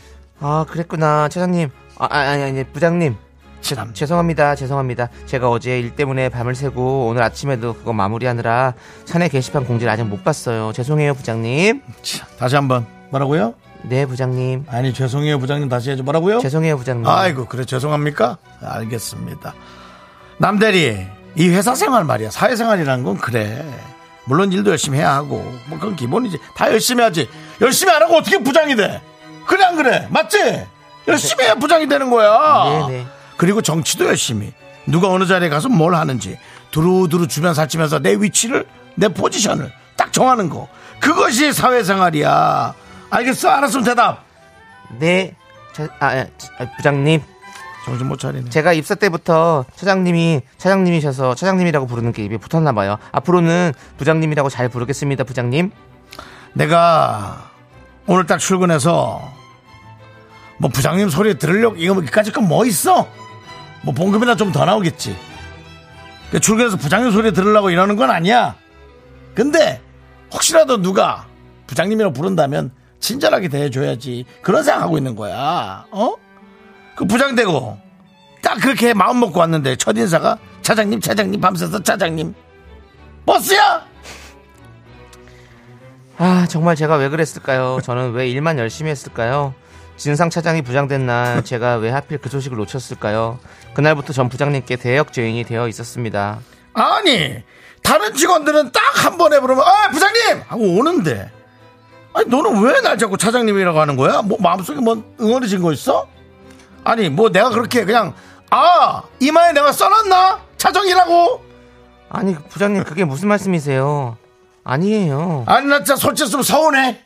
Speaker 2: 아 그랬구나 차장님. 아 아니 아니 부장님. 제,
Speaker 1: 참.
Speaker 2: 죄송합니다 죄송합니다. 제가 어제 일 때문에 밤을 새고 오늘 아침에도 그거 마무리하느라 사내 게시판 공지를 아직 못 봤어요. 죄송해요 부장님.
Speaker 1: 자, 다시 한번 뭐라고요?
Speaker 2: 네 부장님.
Speaker 1: 아니 죄송해요 부장님 다시 해줘 뭐라고요?
Speaker 2: 죄송해요 부장님.
Speaker 1: 아이고 그래 죄송합니까? 알겠습니다. 남대리 이 회사 생활 말이야 사회생활이라는 건 그래 물론 일도 열심히 해야 하고 뭐 그건 기본이지 다 열심히 하지 열심히 안 하고 어떻게 부장이 돼 그래 안 그래 맞지 열심히 해야 부장이 되는 거야
Speaker 2: 네, 네.
Speaker 1: 그리고 정치도 열심히 누가 어느 자리에 가서 뭘 하는지 두루두루 주변 살피면서 내 위치를 내 포지션을 딱 정하는 거 그것이 사회생활이야 알겠어 알았으면 대답
Speaker 2: 네, 저- 아, 아, 저- 아, 부장님.
Speaker 1: 정신 못 차리네
Speaker 2: 제가 입사 때부터 차장님이 차장님이셔서 차장님이라고 부르는 게 입에 붙었나 봐요. 앞으로는 부장님이라고 잘 부르겠습니다, 부장님.
Speaker 1: 내가 오늘 딱 출근해서 뭐 부장님 소리 들으려고 이거까지 건 뭐 있어? 뭐 봉급이나 좀 더 나오겠지. 그 출근해서 부장님 소리 들으려고 이러는 건 아니야. 근데 혹시라도 누가 부장님이라고 부른다면 친절하게 대해줘야지. 그런 생각하고 있는 거야. 어? 그 부장 되고 딱 그렇게 마음 먹고 왔는데 첫 인사가 차장님, 차장님 밤새서 차장님. 버스야?
Speaker 2: 아, 정말 제가 왜 그랬을까요? 저는 왜 일만 열심히 했을까요? 진상 차장이 부장된 날 제가 왜 하필 그 소식을 놓쳤을까요? 그날부터 전 부장님께 대역 죄인이 되어 있었습니다.
Speaker 1: 아니 다른 직원들은 딱 한 번 해보면 아 부장님 하고 오는데 아니 너는 왜 날 자꾸 차장님이라고 하는 거야? 뭐 마음속에 뭔 응어리진 거 있어? 아니 뭐 내가 그렇게 그냥 아 이마에 내가 써놨나 차장이라고
Speaker 2: 아니, 부장님 그게 무슨 말씀이세요? 아니에요.
Speaker 1: 아니 나 진짜 솔직히 좀 서운해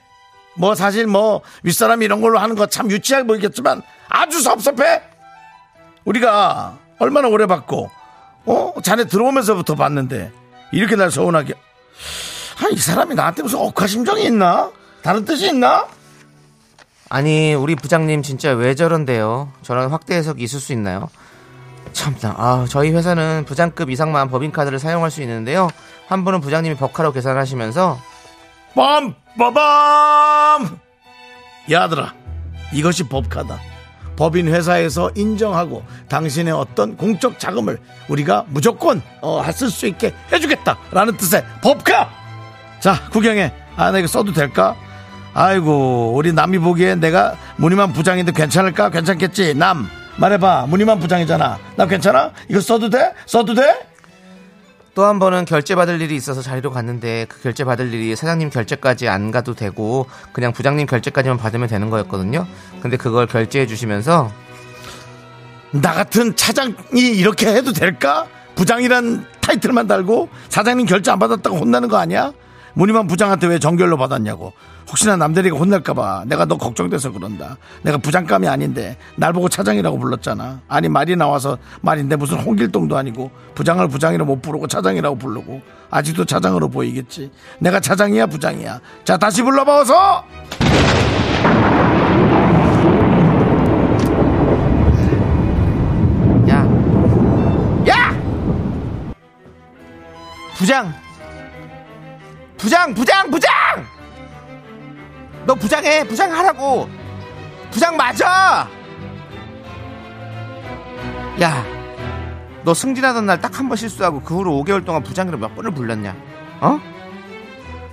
Speaker 1: 뭐 사실 뭐 윗사람이 이런 걸로 하는 거 참 유치하게 보이겠지만 아주 섭섭해 우리가 얼마나 오래 봤고 어 자네 들어오면서부터 봤는데 이렇게 날 서운하게 아이 사람이 나한테 무슨 억하심정이 있나 다른 뜻이 있나
Speaker 2: 아니 우리 부장님 진짜 왜 저런데요? 저런 확대 해석이 있을 수 있나요? 참나 아 저희 회사는 부장급 이상만 법인카드를 사용할 수 있는데요 한 분은 부장님이 법카로 계산하시면서
Speaker 1: 빰 빠밤 야 아들아 이것이 법카다 법인 회사에서 인정하고 당신의 어떤 공적 자금을 우리가 무조건 어, 쓸 수 있게 해주겠다라는 뜻의 법카 자 구경해 아 나 이거 써도 될까 아이고 우리 남이 보기엔 내가 무늬만 부장인데 괜찮을까 괜찮겠지 남 말해봐 무늬만 부장이잖아 나 괜찮아 이거 써도 돼 써도 돼
Speaker 2: 또 한 번은 결제 받을 일이 있어서 자리로 갔는데 그 결제 받을 일이 사장님 결제까지 안 가도 되고 그냥 부장님 결제까지만 받으면 되는 거였거든요 근데 그걸 결제해 주시면서
Speaker 1: 나 같은 차장이 이렇게 해도 될까? 부장이란 타이틀만 달고 사장님 결제 안 받았다고 혼나는 거 아니야? 무늬만 부장한테 왜 정결로 받았냐고. 혹시나 남대리가 혼날까봐 내가 너 걱정돼서 그런다. 내가 부장감이 아닌데 날 보고 차장이라고 불렀잖아. 아니 말이 나와서 말인데 무슨 홍길동도 아니고 부장을 부장이라 못 부르고 차장이라고 부르고 아직도 차장으로 보이겠지. 내가 차장이야 부장이야. 자 다시 불러봐 어서.
Speaker 2: 야
Speaker 1: 야
Speaker 2: 부장 부장 부장 부장 너 부장해 부장하라고 부장 맞아 야너 승진하던 날 딱 한 번 실수하고 그 후로 5개월 동안 부장이라 몇 번을 불렀냐 어?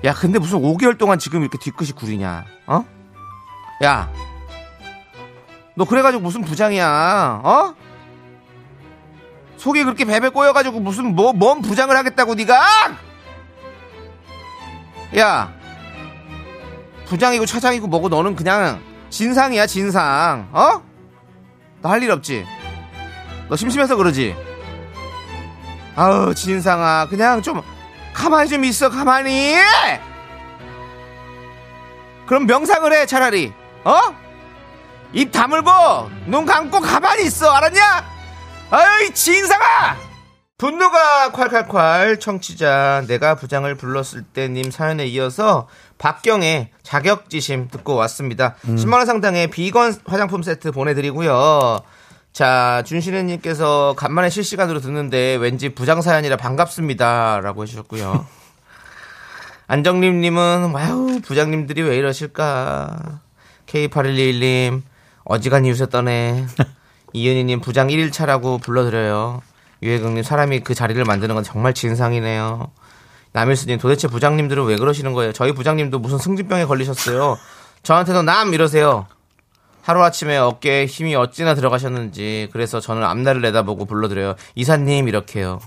Speaker 2: 야 근데 무슨 5개월 동안 지금 이렇게 뒤끝이 구리냐 어? 야 너 그래가지고 무슨 부장이야 어? 속이 그렇게 베베 꼬여가지고 무슨 뭐 뭔 부장을 하겠다고 네가 야 부장이고 차장이고 뭐고 너는 그냥 진상이야 진상 어? 너 할 일 없지? 너 심심해서 그러지? 아우 진상아 그냥 좀 가만히 좀 있어 가만히 그럼 명상을 해 차라리 어? 입 다물고 눈 감고 가만히 있어 알았냐? 아이 진상아! 분노가 콸콸콸 청취자 내가 부장을 불렀을 때 님 사연에 이어서 박경의 자격지심 듣고 왔습니다. 10만 원 상당의 비건 화장품 세트 보내드리고요. 자 준신혜님께서 간만에 실시간으로 듣는데 왠지 부장 사연이라 반갑습니다라고 해주셨고요. 안정림님은 와우 부장님들이 왜 이러실까 K8121님 어지간히 웃었더네 이은희님 부장 1일차라고 불러드려요 유혜경님 사람이 그 자리를 만드는 건 정말 진상이네요 남일수님 도대체 부장님들은 왜 그러시는 거예요 저희 부장님도 무슨 승진병에 걸리셨어요 저한테도 남 이러세요 하루아침에 어깨에 힘이 어찌나 들어가셨는지 그래서 저는 앞날을 내다보고 불러드려요 이사님 이렇게요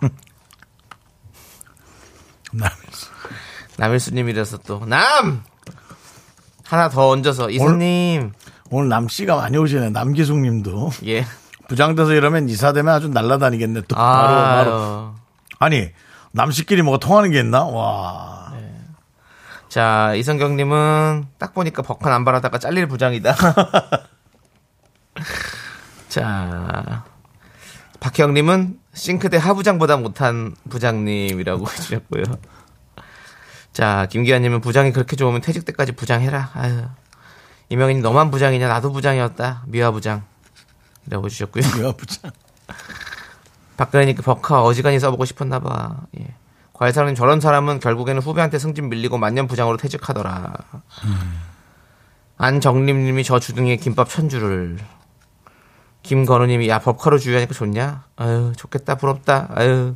Speaker 2: 남일수님이라서 또 남! 하나 더 얹어서 이수님
Speaker 1: 오늘 남씨가 많이 오시네. 남기숙 님도.
Speaker 2: 예.
Speaker 1: 부장돼서 이러면 이사되면 아주 날라다니겠네. 또
Speaker 2: 아,
Speaker 1: 바로, 바로. 아니, 남씨끼리 뭐가 통하는 게 있나? 와.
Speaker 2: 자, 이성경님은 딱 보니까 벅한 안 바라다가 잘릴 부장이다. [LAUGHS] 자, 박형님은 싱크대 하부장보다 못한 부장님이라고 [LAUGHS] 해주셨고요. 자, 김기환님은 부장이 그렇게 좋으면 퇴직 때까지 부장해라. 아유. 이명희님 너만 부장이냐? 나도 부장이었다. 미화 부장. 이라고 해주셨고요.
Speaker 1: 야, 부장.
Speaker 2: 박근혜님 그 버카 어지간히 써보고 싶었나 봐. 예. 과외사님 저런 사람은 결국에는 후배한테 승진 밀리고 만년 부장으로 퇴직하더라. 음. 안정림님이 저 주둥이에 김밥 천주를. 김건우님이 야 법카로 주의하니까 좋냐? 아유 좋겠다 부럽다. 아유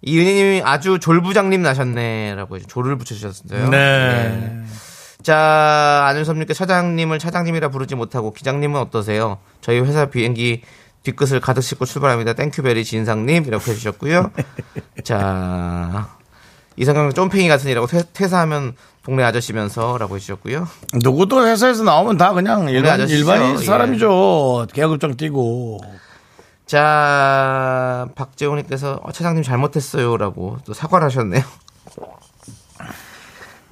Speaker 2: 이은희님이 아주 졸부장님 나셨네라고 해서 졸을 붙여주셨어요. 예.
Speaker 1: 네.
Speaker 2: 자, 안윤섭님께 차장님을 차장님이라 부르지 못하고 기장님은 어떠세요? 저희 회사 비행기 뒤끝을 가득 싣고 출발합니다. 땡큐베리 진상님 이라고 해주셨고요. 자, 이상형 쫌팽이 같은이라고 퇴, 사하면 동네 아저씨면서라고 해주셨고요.
Speaker 1: 누구도 회사에서 나오면 다 그냥 일반,
Speaker 2: 아저씨죠.
Speaker 1: 일반인
Speaker 2: 예.
Speaker 1: 사람이죠. 계급장 뛰고.
Speaker 2: 자, 박재훈님께서 어, 차장님 잘못했어요라고 또 사과를 하셨네요.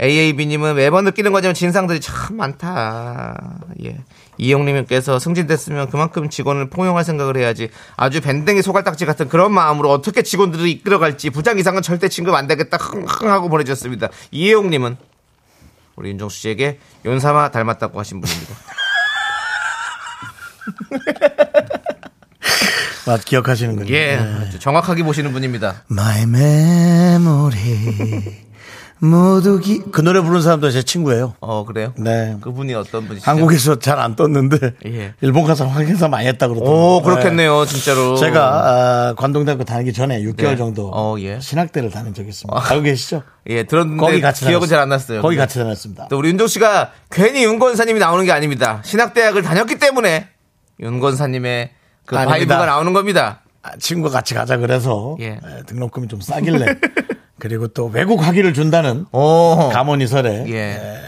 Speaker 2: AAB님은 매번 느끼는 거지만 진상들이 참 많다. 예. 이용님께서 승진됐으면 그만큼 직원을 포용할 생각을 해야지 아주 밴댕이 소갈딱지 같은 그런 마음으로 어떻게 직원들을 이끌어갈지 부장 이상은 절대 진급 안 되겠다 흥흥 하고 보내주셨습니다. 이용님은 우리 윤정수 씨에게 윤삼아 닮았다고 하신 분입니다.
Speaker 1: 아, 기억하시는군요.
Speaker 2: 예.
Speaker 1: 네.
Speaker 2: 아주 정확하게 보시는 분입니다.
Speaker 1: My memory. 모두 기... 그 노래 부른 사람도 제 친구예요.
Speaker 2: 어 그래요?
Speaker 1: 네.
Speaker 2: 그분이 어떤 분이시죠?
Speaker 1: 한국에서 잘 안 떴는데
Speaker 2: 예.
Speaker 1: 일본 가서 확인사 많이 했다 그러더라고요.
Speaker 2: 오 그렇겠네요 진짜로.
Speaker 1: 네. 제가 아, 관동대학교 다니기 전에 6개월
Speaker 2: 네.
Speaker 1: 정도
Speaker 2: 어, 예.
Speaker 1: 신학대를 다닌 적이 있습니다. 알고 계시죠?
Speaker 2: 예 들었는데
Speaker 1: 거기 같이
Speaker 2: 기억은
Speaker 1: 다녔어요.
Speaker 2: 잘 안 났어요.
Speaker 1: 거기
Speaker 2: 근데
Speaker 1: 같이 다녔습니다.
Speaker 2: 또 우리 윤종 씨가 괜히 윤 권사님이 나오는 게 아닙니다. 신학대학을 다녔기 때문에 윤 권사님의 그
Speaker 1: 아닙니다.
Speaker 2: 바이브가 나오는 겁니다.
Speaker 1: 아, 친구가 같이 가자 그래서 예,
Speaker 2: 예.
Speaker 1: 등록금이 좀
Speaker 2: [LAUGHS]
Speaker 1: 싸길래 그리고 또 외국 학위를 준다는
Speaker 2: 오
Speaker 1: 감원이 설에
Speaker 2: 어. 예.
Speaker 1: 예,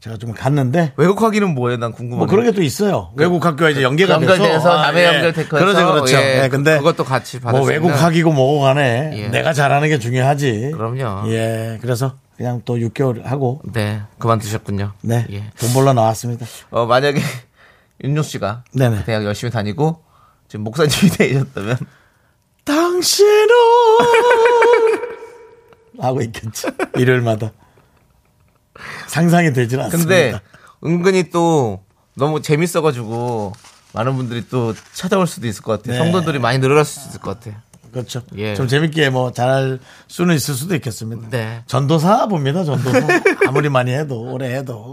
Speaker 1: 제가 좀 갔는데
Speaker 2: 외국 학위는 뭐예요? 난 궁금해.
Speaker 1: 뭐 그런 게 또 있어요. 외국 학교와 이제 연계가 돼서.
Speaker 2: 연결돼서 남해
Speaker 1: 예.
Speaker 2: 연결돼서
Speaker 1: 그렇죠, 그렇죠.
Speaker 2: 예,
Speaker 1: 예, 근데
Speaker 2: 그것도 같이
Speaker 1: 뭐
Speaker 2: 받았습니다.
Speaker 1: 외국 학이고 뭐고 간에
Speaker 2: 예.
Speaker 1: 내가 잘하는 게 중요하지.
Speaker 2: 그럼요.
Speaker 1: 예, 그래서 그냥 또 6개월 하고
Speaker 2: 네 그만두셨군요.
Speaker 1: 네,
Speaker 2: 예.
Speaker 1: 돈 벌러 나왔습니다.
Speaker 2: 어 만약에 [LAUGHS] 윤종 씨가
Speaker 1: 네네.
Speaker 2: 대학 열심히 다니고 지금 목사님이 [LAUGHS] 되셨다면
Speaker 1: 당신은 [LAUGHS] 하고 있겠지. 일요일마다 상상이 되질 않습니다.
Speaker 2: 근데 은근히 또 너무 재밌어가지고 많은 분들이 또 찾아올 수도 있을 것 같아요.
Speaker 1: 네.
Speaker 2: 성도들이 많이 늘어날 수도 있을 것 같아요.
Speaker 1: 그렇죠.
Speaker 2: 예.
Speaker 1: 좀 재밌게 뭐 잘할 수는 있을 수도 있겠습니다.
Speaker 2: 네.
Speaker 1: 전도사 봅니다. 전도사 아무리 많이 해도 오래 해도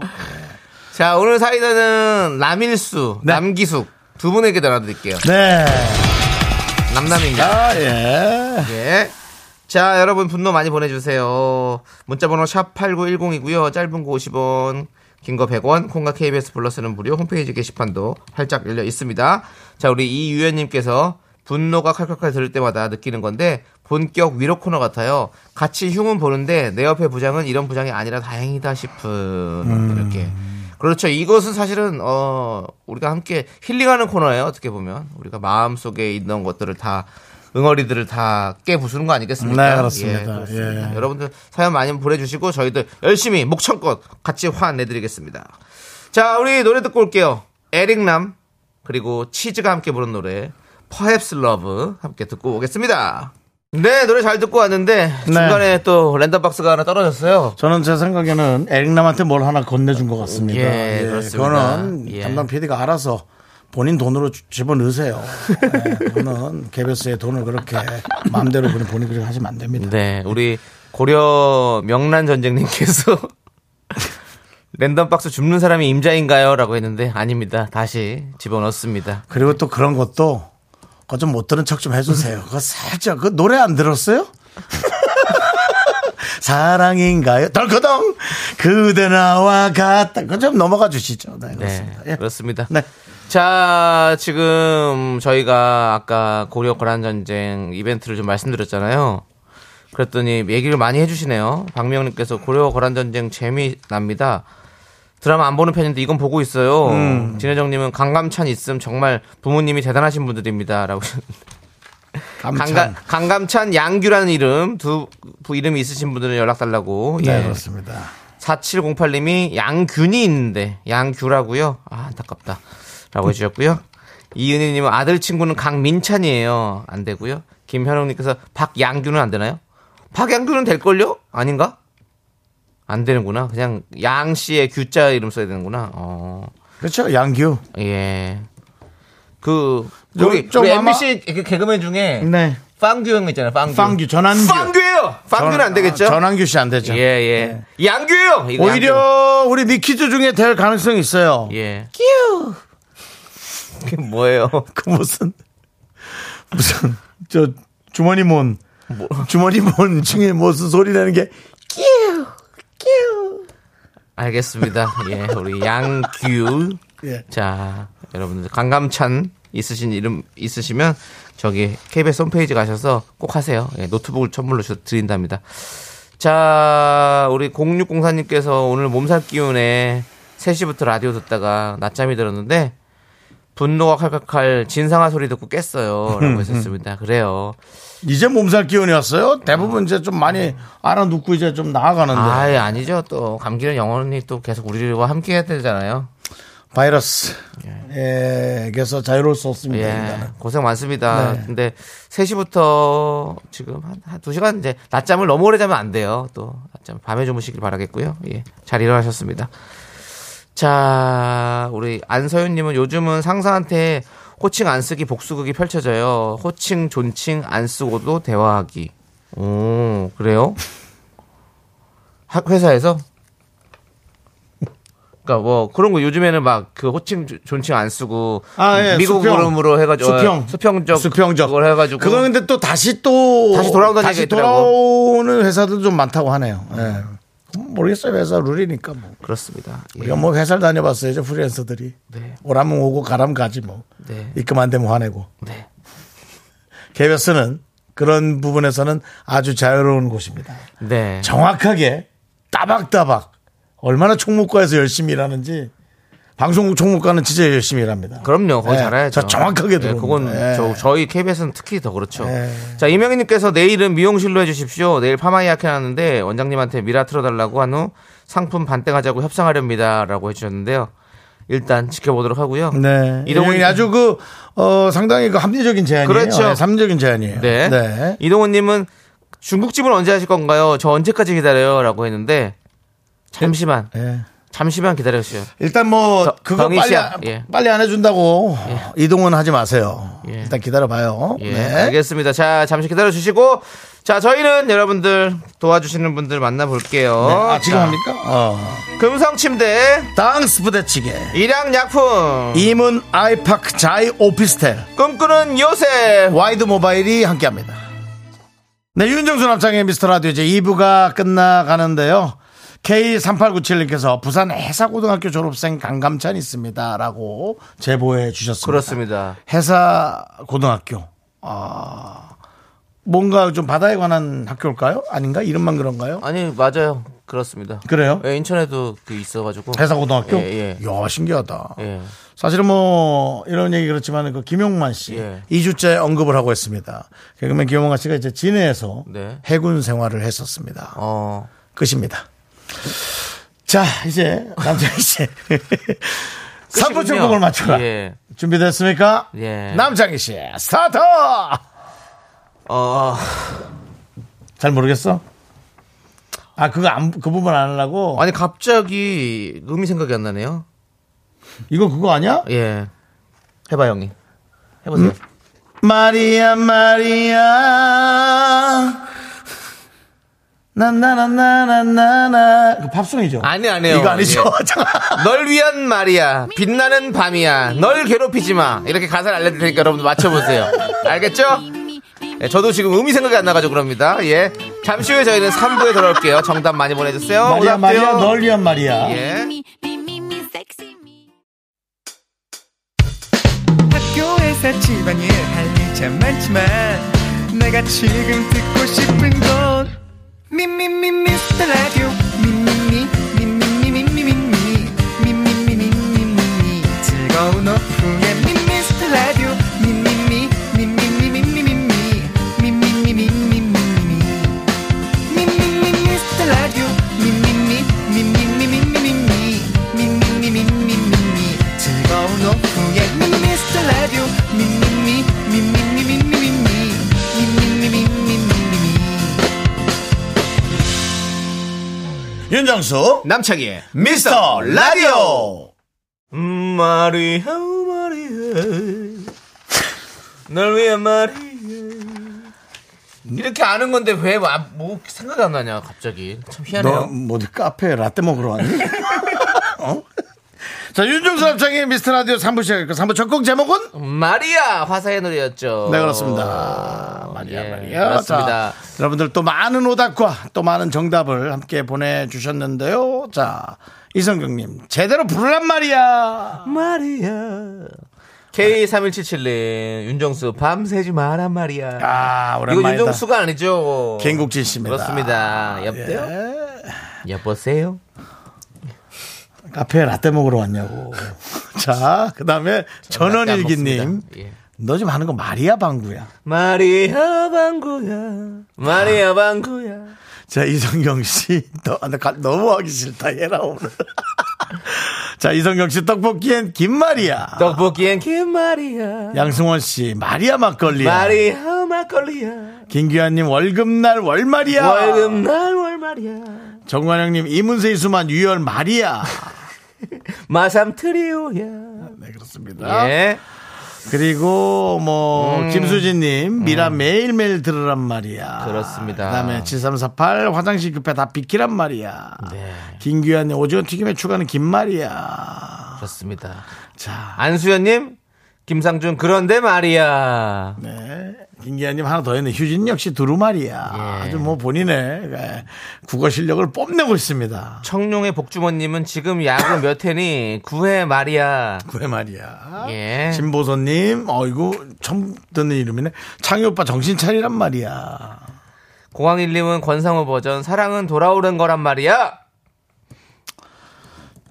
Speaker 2: 자 오늘 사이다는 남일수, 남기숙 두 분에게 전화드릴게요.
Speaker 1: 네.
Speaker 2: 남남입니다.
Speaker 1: 아 예.
Speaker 2: 예. 자 여러분 분노 많이 보내주세요. 문자번호 샵 #8910이고요. 짧은 거 50원. 긴 거 100원, 콩과 KBS 플러스는 무료 홈페이지 게시판도 활짝 열려 있습니다. 자, 우리 이유연님께서 분노가 칼칼칼 들을 때마다 느끼는 건데 본격 위로 코너 같아요. 같이 흉은 보는데 내 옆에 부장은 이런 부장이 아니라 다행이다 싶은 이렇게. 그렇죠. 이것은 사실은 어 우리가 함께 힐링하는 코너예요. 어떻게 보면 우리가 마음 속에 있는 것들을 다 응어리들을 다 깨부수는 거 아니겠습니까?
Speaker 1: 네, 그렇습니다. 예.
Speaker 2: 여러분들 사연 많이 보내주시고 저희들 열심히 목청껏 같이 화내드리겠습니다. 자, 우리 노래 듣고 올게요. 에릭남 그리고 치즈가 함께 부른 노래 Perhaps Love 함께 듣고 오겠습니다. 네, 노래 잘 듣고 왔는데
Speaker 1: 네.
Speaker 2: 중간에 또 랜덤 박스가 하나 떨어졌어요.
Speaker 1: 저는 제 생각에는 에릭남한테 뭘 하나 건네준 것 같습니다.
Speaker 2: 예, 그렇습니다.
Speaker 1: 그거는
Speaker 2: 예.
Speaker 1: 담당 PD가 알아서 본인 돈으로 주- 집어넣으세요. 예, 저는 개별스의 돈을 그렇게 마음대로 그냥 본인 그렇게 하시면 안 됩니다.
Speaker 2: 네, 우리 고려 명란 전쟁님께서 [LAUGHS] 랜덤 박스 줍는 사람이 임자인가요?라고 했는데 아닙니다. 다시 집어넣습니다.
Speaker 1: 그리고 또 그런 것도 그거 좀 못 들은 척 좀 해주세요. 그거 살짝 그 노래 안 들었어요? [LAUGHS] 사랑인가요? 덜커덩 그대 나와 같다. 그거 좀 넘어가 주시죠. 네,
Speaker 2: 네,
Speaker 1: 그렇습니다. 예.
Speaker 2: 그렇습니다.
Speaker 1: 네.
Speaker 2: 자, 지금 저희가 아까 고려 고란 전쟁 이벤트를 좀 말씀드렸잖아요. 그랬더니 얘기를 많이 해주시네요. 박명님께서 고려와 거란전쟁 재미납니다. 드라마 안 보는 편인데 이건 보고 있어요.
Speaker 1: 음.
Speaker 2: 진혜정님은 강감찬 있음 정말 부모님이 대단하신 분들입니다. 라고 하셨는데. 강감,
Speaker 1: 감찬.
Speaker 2: 강감찬 양규라는 이름 두 부- 이름이 있으신 분들은 연락 달라고.
Speaker 1: 네,
Speaker 2: 예.
Speaker 1: 그렇습니다.
Speaker 2: 4708님이 양균이 있는데 양규라고요. 아, 안타깝다. 라고
Speaker 1: [LAUGHS]
Speaker 2: 해주셨고요. 이은희님은 아들 친구는 강민찬이에요. 안 되고요. 김현웅님께서 박양규는 안 되나요? 박양규는 될걸요? 아닌가? 안 되는구나. 그냥 양 씨의 규자 이름 써야 되는구나. 어,
Speaker 1: 그렇죠. 양규.
Speaker 2: 예. 그
Speaker 1: 요-
Speaker 2: 우리,
Speaker 1: 좀
Speaker 2: 우리
Speaker 1: 아마-
Speaker 2: MBC 개그맨 중에
Speaker 1: 네.
Speaker 2: 빵규 형 있잖아요. 빵규.
Speaker 1: 빵규, 전환규.
Speaker 2: 빵규예요. 빵규는 안 되겠죠?
Speaker 1: 전환규 씨 안 되죠.
Speaker 2: 예, 예. 양규요. 이거 양규.
Speaker 1: 오히려 우리 미키즈 중에 될 가능성이 있어요.
Speaker 2: 예. 끼우. 그게 뭐예요?
Speaker 1: 그 무슨 무슨 저 주머니 몬
Speaker 2: 뭐.
Speaker 1: 주머니 몬 중에 무슨 소리 나는 게
Speaker 2: [LAUGHS] 알겠습니다. 예, 우리 양규.
Speaker 1: 예.
Speaker 2: 자, 여러분들 강감찬 있으신 이름 있으시면 저기 KBS 홈페이지 가셔서 꼭 하세요. 예, 노트북을 선물로 주- 드린답니다. 자, 우리 0604님께서 오늘 몸살 기운에 3시부터 라디오 듣다가 낮잠이 들었는데 분노가 칼칼칼 진상아 소리 듣고
Speaker 1: [LAUGHS]
Speaker 2: 깼어요. 라고 했었습니다. 그래요.
Speaker 1: 이제 몸살 기운이 왔어요. 대부분 이제 좀 많이 알아눕고 이제 좀 나아가는데
Speaker 2: 아예 아니죠. 또 감기는 영원히 또 계속 우리와 함께 해야 되잖아요.
Speaker 1: 바이러스 에게서 자유로울 수 없습니다.
Speaker 2: 예,
Speaker 1: 인간은.
Speaker 2: 고생 많습니다. 근데 3시부터 지금 한, 한 2시간 이제 낮잠을 너무 오래 자면 안 돼요. 또 낮잠 밤에 주무시길 바라겠고요. 예, 잘 일어나셨습니다. 자, 우리 안서윤님은 요즘은 상사한테 호칭 안 쓰기 복수극이 펼쳐져요. 호칭, 존칭 안 쓰고도 대화하기. 오, 음, 그래요? 하- 회사에서? 그러니까 뭐 그런 거 요즘에는 막 그 호칭 존- 존칭 안 쓰고
Speaker 1: 아, 예,
Speaker 2: 미국
Speaker 1: 수평.
Speaker 2: 발음으로 해가지고 어,
Speaker 1: 수평.
Speaker 2: 수평적
Speaker 1: 수평적
Speaker 2: 그걸 해가지고
Speaker 1: 그거 근데 또 다시 또
Speaker 2: 다시 돌아온다는
Speaker 1: 다시
Speaker 2: 얘기가 있더라고.
Speaker 1: 돌아오는 회사도 좀 많다고 하네요. 예. 모르겠어요 회사 룰이니까 뭐.
Speaker 2: 그렇습니다. 예.
Speaker 1: 우리가 뭐 회사를 다녀봤어요 이제 프리랜서들이
Speaker 2: 네.
Speaker 1: 오라면 오고 가라면 가지 뭐
Speaker 2: 네.
Speaker 1: 입금 안 되면 화내고 [LAUGHS]
Speaker 2: 네.
Speaker 1: KBS는 그런 부분에서는 아주 자유로운 곳입니다.
Speaker 2: 네.
Speaker 1: 정확하게 따박따박 얼마나 총무과에서 열심히 일하는지 방송국 총무과는 진짜 열심히 일합니다.
Speaker 2: 그럼요. 거기
Speaker 1: 예,
Speaker 2: 잘해야죠.
Speaker 1: 저 정확하게 들어.
Speaker 2: 네, 그건 저, 저희 KBS는 특히 더 그렇죠.
Speaker 1: 예.
Speaker 2: 자, 이명희님께서 내일은 미용실로 해주십시오. 내일 파마 예약해놨는데 원장님한테 미라 틀어달라고 한 후 상품 반등하자고 협상하렵니다. 라고 해주셨는데요. 일단 지켜보도록 하고요.
Speaker 1: 네.
Speaker 2: 이동훈
Speaker 1: 이동훈이 아주 그, 어, 상당히 그 합리적인 제안이에요.
Speaker 2: 그렇죠.
Speaker 1: 네, 합리적인 제안이에요.
Speaker 2: 네. 이동훈님은 중국집은 언제 하실 건가요? 저 언제까지 기다려요? 라고 했는데 잠시만,
Speaker 1: 예.
Speaker 2: 잠시만 기다려주세요.
Speaker 1: 일단 뭐,
Speaker 2: 더-
Speaker 1: 그거
Speaker 2: 덩이
Speaker 1: 빨리,
Speaker 2: 씨야.
Speaker 1: 안-
Speaker 2: 예.
Speaker 1: 빨리 안 해준다고 이동훈 하지 마세요.
Speaker 2: 예.
Speaker 1: 일단 기다려봐요.
Speaker 2: 예,
Speaker 1: 네.
Speaker 2: 알겠습니다. 자, 잠시 기다려 주시고 자, 저희는 여러분들 도와주시는 분들 만나 볼게요.
Speaker 1: 아, 지금 합니까? 어.
Speaker 2: 금성 침대,
Speaker 1: 땅스 부대찌개.
Speaker 2: 일양 약품,
Speaker 1: 이문 아이파크 자이 오피스텔
Speaker 2: 꿈꾸는 요새.
Speaker 1: 와이드 모바일이 함께합니다. 네, 윤정수 남창의 미스터 라디오 이제 2부가 끝나가는데요. K3897님께서 부산 해사고등학교 졸업생 강감찬 있습니다. 라고 제보해 주셨습니다.
Speaker 2: 그렇습니다.
Speaker 1: 해사 고등학교. 아, 뭔가 좀 바다에 관한 학교일까요? 아닌가? 이름만 그런가요?
Speaker 2: 아니, 맞아요. 그렇습니다.
Speaker 1: 그래요?
Speaker 2: 예, 인천에도 그 있어 가지고.
Speaker 1: 해사 고등학교?
Speaker 2: 예, 예.
Speaker 1: 이야, 신기하다.
Speaker 2: 예.
Speaker 1: 사실은 뭐 이런 얘기 그렇지만 그 김용만 씨
Speaker 2: 예.
Speaker 1: 이주째 언급을 하고 있습니다. 개그맨 김용만 씨가 이제 진해에서
Speaker 2: 네.
Speaker 1: 해군 생활을 했었습니다.
Speaker 2: 어.
Speaker 1: 끝입니다. 자, 이제 남창희
Speaker 2: [LAUGHS]
Speaker 1: 씨. [LAUGHS] 삼부
Speaker 2: 끝이군요.
Speaker 1: 천곡을 맞춰라.
Speaker 2: 예.
Speaker 1: 준비됐습니까?
Speaker 2: 예.
Speaker 1: 남창희 씨, 스타트!
Speaker 2: 어.
Speaker 1: 잘 모르겠어? 아, 그거 안, 그 부분 안 하려고?
Speaker 2: 어, 아니, 갑자기 음이 생각이 안 나네요.
Speaker 1: 이거 그거 아니야?
Speaker 2: 예. 해 봐, 형님. 해 보세요.
Speaker 1: 마리아 마리아 나나나나나나나 이거 팝송이죠?
Speaker 2: 아니, 아니에요. 예.
Speaker 1: 이거 아니죠?
Speaker 2: [LAUGHS]
Speaker 1: [LAUGHS]
Speaker 2: 널 위한 말이야. 빛나는 밤이야. 널 괴롭히지 마. 이렇게 가사를 알려드릴 테니까 여러분들 맞춰보세요. 알겠죠? 예, 저도 지금 음이 생각이 안 나가지고 그럽니다. 예. 잠시 후에 저희는 3부에 돌아올게요. 정답 많이 보내주세요.
Speaker 1: 마리아
Speaker 2: 오답도요.
Speaker 1: 마리아 널 위한 마리아
Speaker 2: 어, 예.
Speaker 7: 학교에서 집안일 할 일 참 많지만
Speaker 3: 내가 지금 듣고 싶은 건 미미미 미스터 라디오 미미미 미미미 미미미 미미미 미미미 즐거운 오후에 미스터 라디오 미미미 미미미 미미미 미미미 미미미 미미미 미스터 라디오 미미미 미미미 미미미 미미미 미미미 즐거운 오후에 미스터 라디오 미미미 미미미 미미미 미미미 미미미
Speaker 1: 윤정수
Speaker 2: 남창희의
Speaker 1: 미스터 라디오
Speaker 2: 마리아 마리아 널 위한 마리아 이렇게 아는 건데 왜 뭐 생각이 안 나냐 갑자기 참
Speaker 1: 너
Speaker 2: 희한해요
Speaker 1: 뭐지 카페 라떼 먹으러 왔니? [LAUGHS] 어? 자 윤정수 남창의 미스터 라디오 3부 시작했고 3부 첫 곡 제목은
Speaker 2: 마리아 화사의 노래였죠
Speaker 1: 네 그렇습니다. 마리아
Speaker 2: 예,
Speaker 1: 마리아.
Speaker 2: 맞습니다.
Speaker 1: 자, 여러분들 또 많은 오답과 또 많은 정답을 함께 보내주셨는데요. 자 이성경님 제대로 부르란 말이야.
Speaker 2: 마리아 K3177님 윤정수 밤새지 마란 말이야
Speaker 1: 아
Speaker 2: 이거
Speaker 1: 오랜만이다.
Speaker 2: 윤정수가 아니죠
Speaker 1: 갱국진 씨입니다.
Speaker 2: 그렇습니다 여보세요
Speaker 1: 예.
Speaker 2: 여보세요
Speaker 1: 카페에 라떼 먹으러
Speaker 2: [LAUGHS]
Speaker 1: 왔냐고. 자 그다음에 전원일기님
Speaker 2: 예.
Speaker 1: 너 좀 하는 거 마리아 방구야.
Speaker 2: 마리아 방구야 마리아 방구야
Speaker 1: 자, 이성경 씨. [LAUGHS] 너, 나 가- 너무 하기 싫다, 얘라 오늘. [LAUGHS] 자, 이성경 씨, 떡볶이엔 김마리아.
Speaker 2: 떡볶이엔 김마리아
Speaker 1: 양승원 씨, 마리아 막걸리야.
Speaker 2: 마리아 막걸리야
Speaker 1: 김규환님, 월급날 월마리아.
Speaker 2: 월급날 월말이야
Speaker 1: 정관영님, 이문세 이수만 유열 마리아.
Speaker 2: 마삼 트리오야
Speaker 1: 네, 그렇습니다.
Speaker 2: 예
Speaker 1: 그리고 뭐,
Speaker 2: 음.
Speaker 1: 김수진님, 미라 매일매일 들으란 말이야.
Speaker 2: 그렇습니다.
Speaker 1: 그 다음에 7348, 화장실 급해 다 비키란 말이야.
Speaker 2: 네.
Speaker 1: 김규환님, 오징어 튀김에 추가는 김마리아.
Speaker 2: 그렇습니다 아.
Speaker 1: 자,
Speaker 2: 안수현님 김상준 그런데 말이야
Speaker 1: 네. 김기아님 하나 더 했네. 휴진 역시 두루마리야.
Speaker 2: 예.
Speaker 1: 아주 뭐 본인의 예, 국어 실력을 뽐내고 있습니다.
Speaker 2: 청룡의 복주머님은 지금 야구 몇 회니 구회 말이야
Speaker 1: 그래 말이야.
Speaker 2: 예.
Speaker 1: 신보선님, 어이구, 처음 듣는 이름이네. 창희 오빠 정신 차리란 말이야.
Speaker 2: 공항일님은 권상우 버전 사랑은 돌아오는 거란 말이야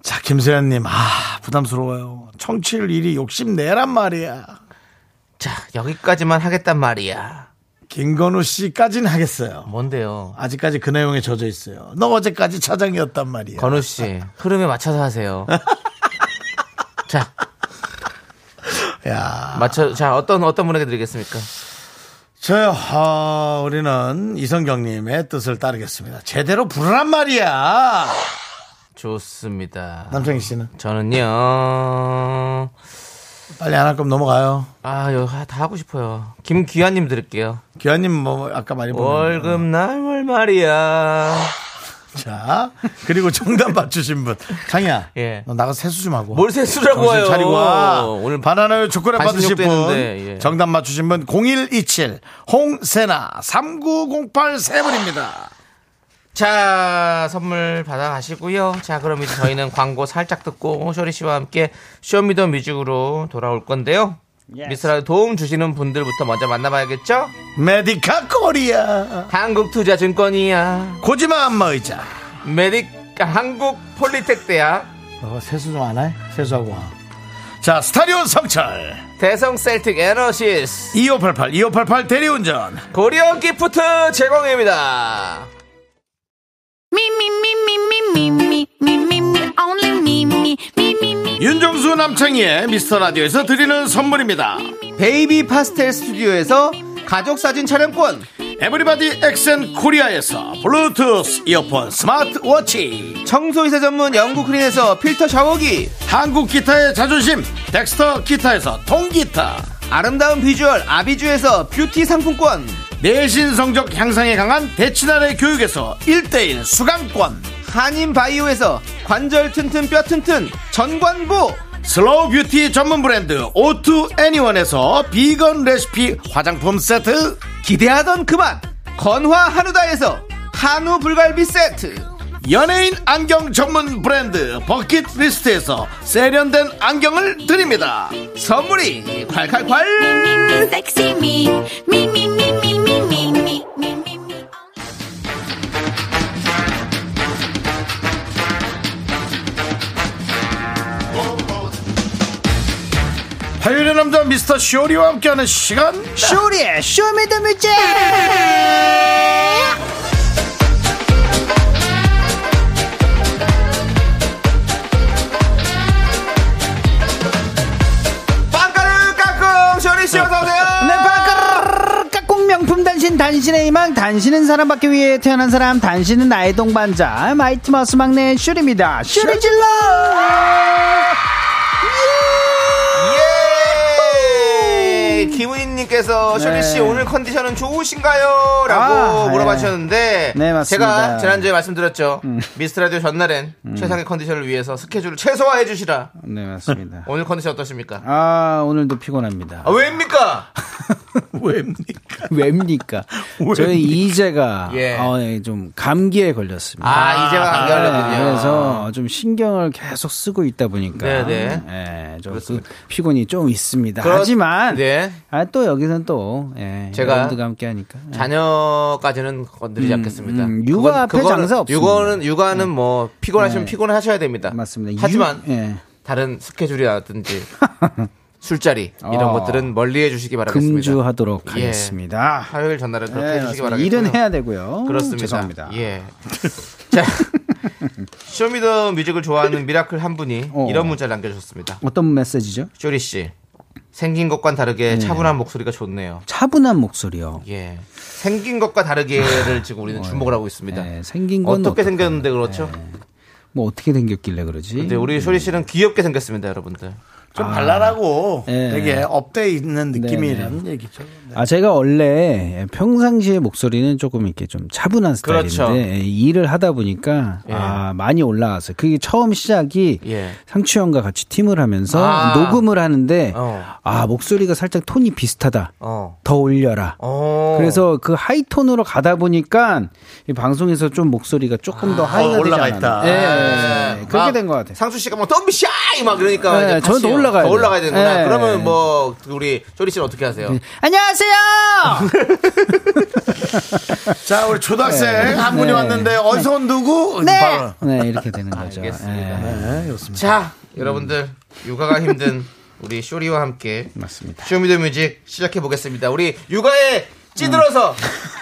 Speaker 1: 자, 김세현님, 아, 부담스러워요. 청취율 1위 욕심내란 말이야.
Speaker 2: 자 여기까지만 하겠단 말이야
Speaker 1: 김건우 씨까지는 하겠어요.
Speaker 2: 뭔데요
Speaker 1: 아직까지 그 내용에 젖어 있어요. 너 어제까지 차장이었단 말이야.
Speaker 2: 건우 씨 흐름에
Speaker 1: [LAUGHS]
Speaker 2: 맞춰서 하세요. 자
Speaker 1: 야.
Speaker 2: 맞춰 자 어떤 어떤 분에게 드리겠습니까?
Speaker 1: 저요, 아, 우리는 이성경님의 뜻을 따르겠습니다. 제대로 부르란 말이야!
Speaker 2: 좋습니다.
Speaker 1: 남창희 씨는.
Speaker 2: 저는요
Speaker 1: 빨리 안 할 거면 넘어가요.
Speaker 2: 아여다 하고 싶어요. 김귀환님 드릴게요.
Speaker 1: 귀한님 뭐, 아까 많이 보면.
Speaker 2: 월급 날 월말이야.
Speaker 1: 자, 그리고 정답 맞추신 분. 창희야.
Speaker 2: [LAUGHS] 예.
Speaker 1: 너 나가서 세수 좀 하고.
Speaker 2: 뭘 세수라고
Speaker 1: 정신
Speaker 2: 와요?
Speaker 1: 차리고 와.
Speaker 2: 오늘
Speaker 1: 바나나요 초콜릿 받으실
Speaker 2: 86
Speaker 1: 분.
Speaker 2: 되는데, 예.
Speaker 1: 정답 맞추신 분. 0127. 홍세나. 3908 세 분입니다.
Speaker 2: 자 선물 받아 가시고요. 자 그럼 이제 저희는 [LAUGHS] 광고 살짝 듣고 쇼리 씨와 함께 쇼미더 뮤직으로 돌아올 건데요. 미스라도 도움 주시는 분들부터 먼저 만나봐야겠죠?
Speaker 1: 메디카 코리아.
Speaker 2: 한국투자증권이야.
Speaker 1: 고지마 안마 의자.
Speaker 2: 메딕 한국 폴리텍대야.
Speaker 1: 너 어, 세수 좀 안 해? 세수하고 와. 자, 스타리온 성철.
Speaker 2: 대성 셀틱 에너시스
Speaker 1: 2588 2588 대리운전
Speaker 2: 고려 기프트 제공입니다.
Speaker 6: Me, me, me, me, me, me, me, me, me, me, only me, me, me, me, me.
Speaker 1: 윤정수 남창희의 미스터 라디오에서 드리는 선물입니다
Speaker 2: 베이비 파스텔 스튜디오에서 가족 사진 촬영권,
Speaker 1: 에브리바디 엑센 코리아에서 블루투스 이어폰 스마트워치
Speaker 2: 청소이사 전문 영국 크린에서 필터 샤워기,
Speaker 1: 한국 기타의 자존심 덱스터 기타에서 통기타
Speaker 2: 아름다운 비주얼 아비주에서 뷰티 상품권,
Speaker 1: 내신 성적 향상에 강한 대치나래 교육에서 1대1 수강권
Speaker 2: 한인 바이오에서 관절 튼튼 뼈 튼튼 전관보,
Speaker 1: 슬로우 뷰티 전문 브랜드 오투 애니원에서 비건 레시피 화장품 세트
Speaker 2: 기대하던 그만 건화 한우다에서 한우 불갈비 세트.
Speaker 1: 연예인 안경 전문 브랜드 버킷리스트에서 세련된 안경을 드립니다.
Speaker 2: 선물이 콸콸콸
Speaker 6: Sexy me, me, me, me, me, me,
Speaker 1: 화요일의 남자 미스터 쇼리와 함께하는 시간
Speaker 3: 쇼리의 쇼미더뮤직
Speaker 2: 빵가루 깎음 쇼리 씨 어서 오세요.
Speaker 3: 내 발가락 네, 깍꿍 명품 단신 단신의 희망 단신은 사람밖에 위해 태어난 사람 단신은 나의 동반자 마이트마우스 막내 슈리입니다 슈리 질러 네.
Speaker 2: 예. 김우인님께서 쇼리 씨
Speaker 3: 네.
Speaker 2: 오늘 컨디션은 좋으신가요?라고
Speaker 3: 아,
Speaker 2: 물어봐
Speaker 3: 네.
Speaker 2: 주셨는데
Speaker 3: 네, 맞습니다. 음.
Speaker 2: 제가 지난주에 말씀드렸죠. 미스트 라디오 전날엔 최상의 컨디션을 위해서 스케줄을 최소화해 주시라.
Speaker 3: 네 맞습니다
Speaker 2: 오늘 컨디션 어떠십니까?
Speaker 3: 아 오늘도 피곤합니다
Speaker 2: 아, 왜입니까?
Speaker 1: 왜입니까?
Speaker 3: [LAUGHS] 왜입니까 저희 이제가
Speaker 2: 예.
Speaker 3: 어, 예, 좀 감기에 걸렸습니다
Speaker 2: 아, 이제가 감기하려군요.
Speaker 3: 네, 그래서 좀 신경을 계속 쓰고 있다 보니까
Speaker 2: 네,
Speaker 3: 예, 좀그 피곤이 좀 있습니다.
Speaker 2: 그렇-
Speaker 3: 하지만
Speaker 2: 네.
Speaker 3: 아, 또 여기선 또 예,
Speaker 2: 제가
Speaker 3: 여러분들과 함께 하니까 예.
Speaker 2: 자녀까지는 건드리지 않겠습니다.
Speaker 3: 음, 육아 앞에 장사 없습니다.
Speaker 2: 육아는 육아는 뭐 피곤하시면
Speaker 3: 네.
Speaker 2: 피곤하셔야 됩니다.
Speaker 3: 맞습니다.
Speaker 2: 하지만
Speaker 3: 유- 예.
Speaker 2: 다른 스케줄이라든지 [LAUGHS] 술자리 이런
Speaker 3: 어.
Speaker 2: 것들은 멀리해 주시기 바라겠습니다.
Speaker 3: 금주하도록
Speaker 2: 예.
Speaker 3: 하겠습니다.
Speaker 2: 화요일 전날은 그렇게
Speaker 3: 예,
Speaker 2: 해주시기
Speaker 3: 맞습니다.
Speaker 2: 바라겠습니다.
Speaker 3: 일은 해야 되고요.
Speaker 2: 그렇습니다.
Speaker 3: 죄송합니다.
Speaker 2: 예. 자, [LAUGHS] 쇼미더 뮤직을 좋아하는 미라클 한 분이
Speaker 3: 어.
Speaker 2: 이런 문자를 남겨주셨습니다.
Speaker 3: 어떤 메시지죠?
Speaker 2: 쇼리 씨, 생긴 것과
Speaker 3: 네.
Speaker 2: 다르게 차분한 목소리가 좋네요.
Speaker 3: 차분한 목소리요.
Speaker 2: 예. 생긴 것과 다르게를 지금 우리는 주목을 하고 있습니다.
Speaker 3: 예, 생긴 건
Speaker 2: 어떻게
Speaker 3: 어떻고,
Speaker 2: 생겼는데 그렇죠?
Speaker 3: 뭐 어떻게 생겼길래 그러지?
Speaker 2: 근데 우리 쇼리 씨는 귀엽게 생겼습니다, 여러분들.
Speaker 1: 좀 발랄하고
Speaker 3: 예.
Speaker 1: 되게 업돼 있는
Speaker 3: 네,
Speaker 1: 느낌이라는 얘기죠.
Speaker 3: 아 제가 원래 평상시의 목소리는 조금 이렇게 좀 차분한 스타일인데
Speaker 2: 그렇죠.
Speaker 3: 예, 일을 하다 보니까 아 많이 올라왔어요. 그게 처음 시작이
Speaker 2: 예.
Speaker 3: 상추 형과 같이 팀을 하면서
Speaker 2: 아.
Speaker 3: 녹음을 하는데
Speaker 2: 어.
Speaker 3: 아 목소리가 살짝 톤이 비슷하다.
Speaker 2: 어.
Speaker 3: 더 올려라.
Speaker 2: 어.
Speaker 3: 그래서 그 하이톤으로 가다 보니까 이 방송에서 좀 목소리가 조금
Speaker 2: 아,
Speaker 3: 더 하이가 되지
Speaker 1: 올라가
Speaker 3: 않았나.
Speaker 1: 있다.
Speaker 3: 예, 예, 예.
Speaker 2: 네. 막
Speaker 3: 그렇게 된 것 같아요.
Speaker 2: 상수 씨가 뭐 덤비샤이 막 이러니까
Speaker 3: 네,
Speaker 2: 이제
Speaker 3: 저는
Speaker 2: 같이
Speaker 3: 더 올라가야
Speaker 2: 더
Speaker 3: 돼요.
Speaker 2: 올라가야 되는구나.
Speaker 3: 네.
Speaker 2: 그러면 뭐 우리 쇼리 씨는 어떻게 하세요?
Speaker 3: [LAUGHS] 안녕하세요.
Speaker 1: 자, 우리 초등학생 한 분이
Speaker 3: 네.
Speaker 1: 왔는데 어디서 온 누구? 바로.
Speaker 3: 네 이렇게 되는 거죠.
Speaker 2: 알겠습니다.
Speaker 3: 예,
Speaker 2: 자, 여러분들 육아가 힘든 우리 쇼리와 함께
Speaker 3: 맞습니다.
Speaker 2: 쇼미더뮤직 시작해 보겠습니다. 우리 육아에 찌들어서
Speaker 3: 음.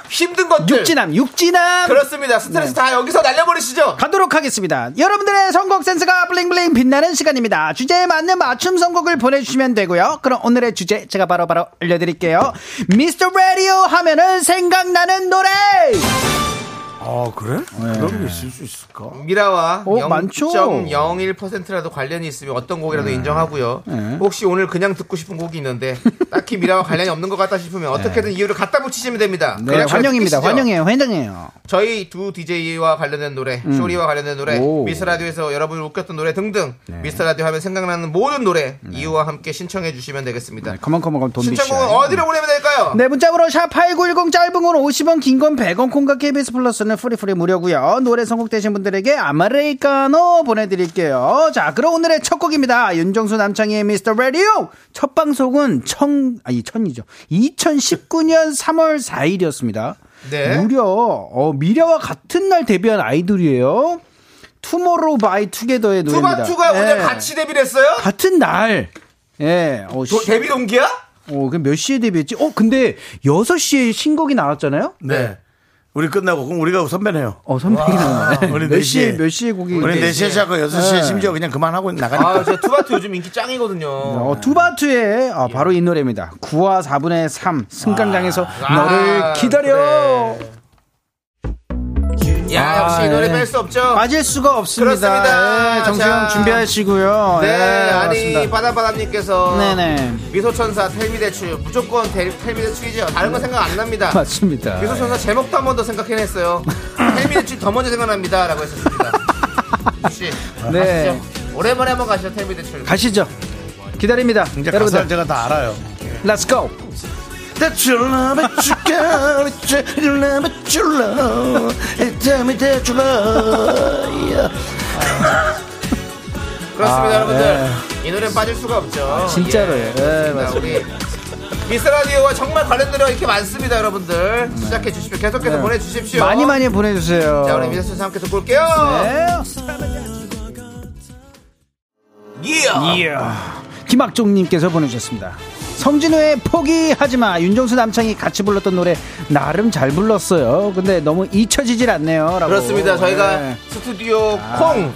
Speaker 2: 힘든 것들
Speaker 3: 육진함, 네. 육진함.
Speaker 2: 그렇습니다. 스트레스 다 여기서 날려버리시죠.
Speaker 3: 가도록 하겠습니다. 여러분들의 선곡 센스가 블링블링 빛나는 시간입니다. 주제에 맞는 맞춤 선곡을 보내주시면 되고요. 그럼 오늘의 주제 제가 바로바로 알려드릴게요. 미스터 라디오 하면은 생각나는 노래!
Speaker 1: 아, 그래? 그런 게 있을 수 있을까?
Speaker 2: 미라와
Speaker 3: 어, 많죠. 네.
Speaker 2: 0.01%라도 관련이 있으면 어떤 곡이라도 인정하고요. 혹시 오늘 그냥 듣고 싶은 곡이
Speaker 3: [LAUGHS]
Speaker 2: 있는데 딱히 미라와 관련이 없는 것 같다 싶으면 어떻게든 이유를 갖다 붙이시면 됩니다.
Speaker 3: 네,
Speaker 2: 그냥 잘
Speaker 3: 환영입니다.
Speaker 2: 듣기시죠.
Speaker 3: 환영해요. 환영해요.
Speaker 2: 저희 두 DJ와 관련된 노래, 쇼리와 관련된 노래,
Speaker 3: 음. 오. 네.
Speaker 2: 미스 라디오에서 여러분을 웃겼던 노래 등등 미스 라디오 하면 생각나는 모든 노래 이유와 함께 신청해 주시면
Speaker 3: 네,
Speaker 2: 되겠습니다.
Speaker 3: 그 커먼커먼 돈
Speaker 2: 신청곡은 뭐 어디로 보내면 될까요?
Speaker 3: 네, 문자번호 샵8910 짧은 건 50원, 긴 건 100원, 콩과 KBS 플러스는 프리프리 무료고요 노래 선곡되신 분들에게 아마레이카노 보내드릴게요. 자, 그럼 오늘의 첫 곡입니다. 윤정수 남창희의 미스터 라디오! 첫 방송은 천, 아니, 천이죠. 2019년 3월 4일이었습니다.
Speaker 2: 네.
Speaker 3: 무려, 어, 미려와 같은 날 데뷔한 아이돌이에요. 투모로우 바이 투게더의 노래입니다.
Speaker 1: 네.
Speaker 2: 투바투가 오늘
Speaker 3: 예.
Speaker 2: 같이 데뷔를 했어요?
Speaker 3: 같은 날. 예, 어,
Speaker 2: 도-
Speaker 3: 시-
Speaker 2: 데뷔 동기야?
Speaker 3: 어, 그 몇 시에 데뷔했지? 어, 근데 6시에 신곡이 나왔잖아요?
Speaker 1: 네. 우리 끝나고, 그럼 우리가 선배네요.
Speaker 3: 어, 선배이 나왔네.
Speaker 1: 우리
Speaker 3: 몇
Speaker 1: 네
Speaker 3: 시에,
Speaker 1: 시에.
Speaker 3: 몇 시에 곡이.
Speaker 1: 우리
Speaker 2: 네
Speaker 1: 4시에 시작하고 6시에 심지어 그냥 그만하고 나가니까.
Speaker 2: 아, 저 투바투 요즘 인기 짱이거든요.
Speaker 3: 어, 두바투의, 아, 바로 이 노래입니다. 9와 4분의 3, 승강장에서
Speaker 2: 아,
Speaker 3: 너를 기다려! 아,
Speaker 2: 그래. 야, 역시 이 노래
Speaker 3: 네.
Speaker 2: 뺄 수 없죠.
Speaker 3: 빠질 수가 없습니다.
Speaker 2: 그렇습니다.
Speaker 3: 예, 정수영
Speaker 2: 자.
Speaker 3: 준비하시고요.
Speaker 2: 네,
Speaker 3: 예,
Speaker 2: 아니
Speaker 3: 맞습니다.
Speaker 2: 바다바다님께서
Speaker 3: 네네.
Speaker 2: 미소천사 텔미대출 무조건 텔- 텔미대출이죠. 다른 건 생각 안 납니다.
Speaker 3: 네. 맞습니다.
Speaker 2: 미소천사 제목도 한 번 더 생각해냈어요. 텔미대출 더 먼저 생각납니다라고 했었습니다. 혹시
Speaker 3: 네.
Speaker 2: 가시죠. 오랜만에 한번 가시죠 텔미대출.
Speaker 3: 가시죠. 기다립니다.
Speaker 1: 이제 가사를
Speaker 3: 여러분들,
Speaker 1: 제가 다 알아요.
Speaker 3: let's go!
Speaker 1: That you love it, you got it, you love it, you love it. Tell me that you love it.
Speaker 2: 그렇습니다 여러분들. 이 노래는 빠질 수가 없죠.
Speaker 3: 아, 네. 진짜로요.
Speaker 2: 예,
Speaker 3: 예,
Speaker 2: 그렇습니다. 우리 미스라디오와 정말 관련 노래가 이렇게 많습니다 여러분들. 시작해 주십시오. 계속해서 보내주십시오.
Speaker 3: 네. 많이 많이 보내주세요.
Speaker 2: 자 우리 미소천사 함께 듣고 올게요.
Speaker 3: 네.
Speaker 2: 예.
Speaker 3: 이야. 김학종님께서 보내주셨습니다. 성진우의 포기하지마 윤정수 남창이 같이 불렀던 노래 나름 잘 불렀어요. 근데 너무 잊혀지질 않네요. 라고.
Speaker 2: 그렇습니다. 저희가
Speaker 3: 네.
Speaker 2: 스튜디오 콩!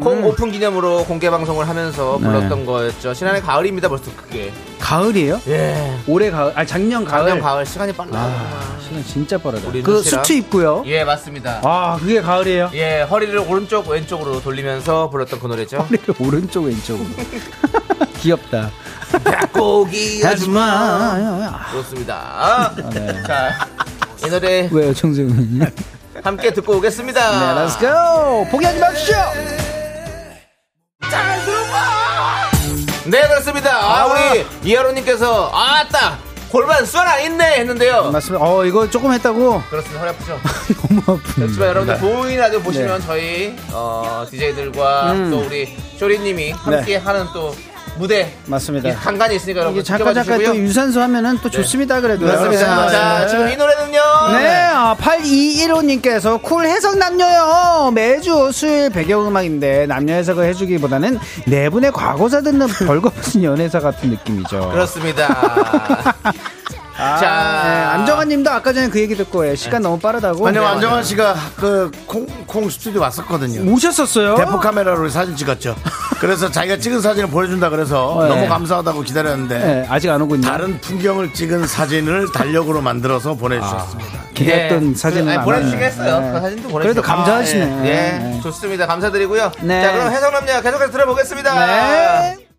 Speaker 2: 콩 오픈 기념으로 공개 방송을 하면서 불렀던
Speaker 3: 네.
Speaker 2: 거였죠. 지난해 가을입니다, 벌써 그게.
Speaker 3: 가을이에요?
Speaker 2: 예.
Speaker 3: 올해 가을, 아 작년 가을.
Speaker 2: 작년 가을 시간이 빨라.
Speaker 3: 아, 시간 진짜 빠르다.
Speaker 2: 우리
Speaker 3: 그
Speaker 2: 눈치랑.
Speaker 3: 수트 입고요.
Speaker 2: 예, 맞습니다.
Speaker 3: 아 그게 가을이에요. [LAUGHS]
Speaker 2: 예, 허리를 오른쪽 왼쪽으로 돌리면서 불렀던 그 노래죠.
Speaker 3: 허리를 오른쪽 왼쪽으로. [LAUGHS] 귀엽다.
Speaker 2: 고기 아줌마.
Speaker 3: 하지마.
Speaker 2: 그렇습니다. 아,
Speaker 3: 네.
Speaker 2: [LAUGHS] 자, 이 노래
Speaker 3: [LAUGHS] 왜요, 청소년님? 네,
Speaker 2: 함께 듣고 오겠습니다.
Speaker 3: let's go. 포기하지 마십시오.
Speaker 2: 네, 그렇습니다. 아, 우리 이하로님께서 아따 골반 쏘라 있네 했는데요.
Speaker 3: 맞습니다. 어 이거 조금 했다고 [LAUGHS]
Speaker 2: 그렇습니다. 허리 아프죠?
Speaker 3: 너무 아픈.
Speaker 2: 그렇지만 여러분들 보이는 라디오 보시면
Speaker 3: 네.
Speaker 2: 저희 어, DJ들과
Speaker 3: 음.
Speaker 2: 또 우리 쇼리님이 함께 하는 또 무대
Speaker 3: 맞습니다.
Speaker 2: 이 간간이 있으니까
Speaker 3: 네. 이게
Speaker 2: 여러분 지켜봐
Speaker 3: 잠깐 잠깐 또
Speaker 2: 주시고요. 네.
Speaker 3: 유산소 하면은 또 좋습니다 그래도.
Speaker 2: 그렇습니다.
Speaker 3: 네.
Speaker 2: 자, 지금 이 노래는요.
Speaker 3: 네, 아, 8215님께서 쿨 해석 남녀요. 매주 수요일 배경음악인데 남녀 해석을 해주기보다는 네 분의 과거사 듣는 [LAUGHS] 벌거벗은 연애사 같은 느낌이죠.
Speaker 2: 그렇습니다.
Speaker 3: 아,
Speaker 2: 자.
Speaker 3: 네, 안정환님도 아까 전에 그 얘기 듣고 예, 시간 너무 빠르다고.
Speaker 1: 왜냐면 어, 네, 안정환 씨가 그 콩 콩 스튜디오 왔었거든요.
Speaker 3: 오셨었어요.
Speaker 1: 대포 카메라로 사진 찍었죠. 그래서 자기가 찍은 사진을 보여준다 그래서
Speaker 3: 네.
Speaker 1: 너무 감사하다고 기다렸는데
Speaker 3: 네, 아직 안 오고 있네.
Speaker 1: 다른 풍경을 찍은 사진을 달력으로 만들어서 보내주셨습니다.
Speaker 3: 기대했던
Speaker 2: 예.
Speaker 3: 사진은
Speaker 2: 아니,
Speaker 3: 안
Speaker 2: 보내주시겠어요.
Speaker 3: 왔네.
Speaker 2: 그 사진도 보내주시고.
Speaker 3: 그래도 감사하시네.
Speaker 2: 아, 예. 예. 좋습니다. 감사드리고요.
Speaker 3: 네.
Speaker 2: 자, 그럼 해성남녀 계속해서 들어보겠습니다.
Speaker 3: 네.
Speaker 2: 아.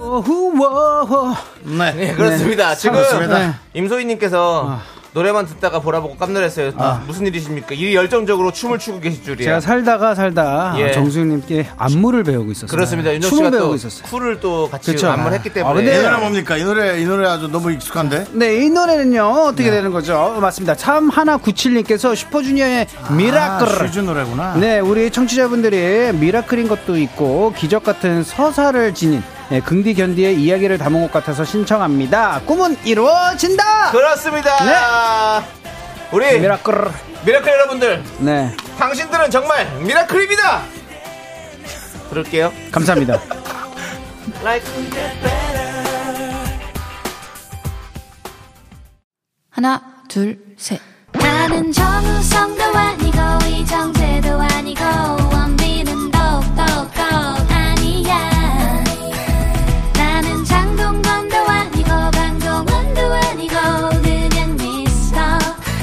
Speaker 3: 오후 워호.
Speaker 1: 네.
Speaker 2: 예, 그렇습니다. 지금
Speaker 1: 그렇습니다.
Speaker 3: 네. 아.
Speaker 2: 임소희님께서 노래만 듣다가 보라보고 깜놀했어요. 무슨 일이십니까? 이 열정적으로 춤을 추고 계실 줄이야.
Speaker 3: 제가 살다가 살다
Speaker 2: 예.
Speaker 3: 정수님께 안무를 배우고 있었어요.
Speaker 2: 그렇습니다. 윤정
Speaker 3: 춤을
Speaker 2: 씨가
Speaker 3: 배우고
Speaker 2: 또
Speaker 3: 있었어요.
Speaker 2: 쿨을 또 같이
Speaker 3: 그쵸.
Speaker 2: 안무를 했기 때문에.
Speaker 3: 아, 근데
Speaker 1: 이 노래 뭡니까? 이 노래 이 노래 아주 너무 익숙한데.
Speaker 3: 네, 이 노래는요, 어떻게
Speaker 2: 네.
Speaker 3: 되는 거죠? 맞습니다. 참, 하나 97님께서 슈퍼주니어의
Speaker 1: 아,
Speaker 3: 미라클.
Speaker 1: 슈즈 노래구나.
Speaker 3: 네, 우리 청취자분들이 미라클인 것도 있고, 기적 같은 서사를 지닌, 네, 긍디 견디의 이야기를 담은 것 같아서 신청합니다. 꿈은 이루어진다!
Speaker 2: 그렇습니다. 우리
Speaker 3: 네. 미라클.
Speaker 2: 미라클 여러분들,
Speaker 3: 네,
Speaker 2: 당신들은 정말 미라클입니다. 그럴게요.
Speaker 3: 감사합니다.
Speaker 2: [LAUGHS]
Speaker 7: 하나, 둘, 셋.
Speaker 6: 나는 정우성도 아니고 이정재도 아니고 원빈은 더욱더 아니야 나는 장동건도 아니고 방종원도 아니고 그냥 미스터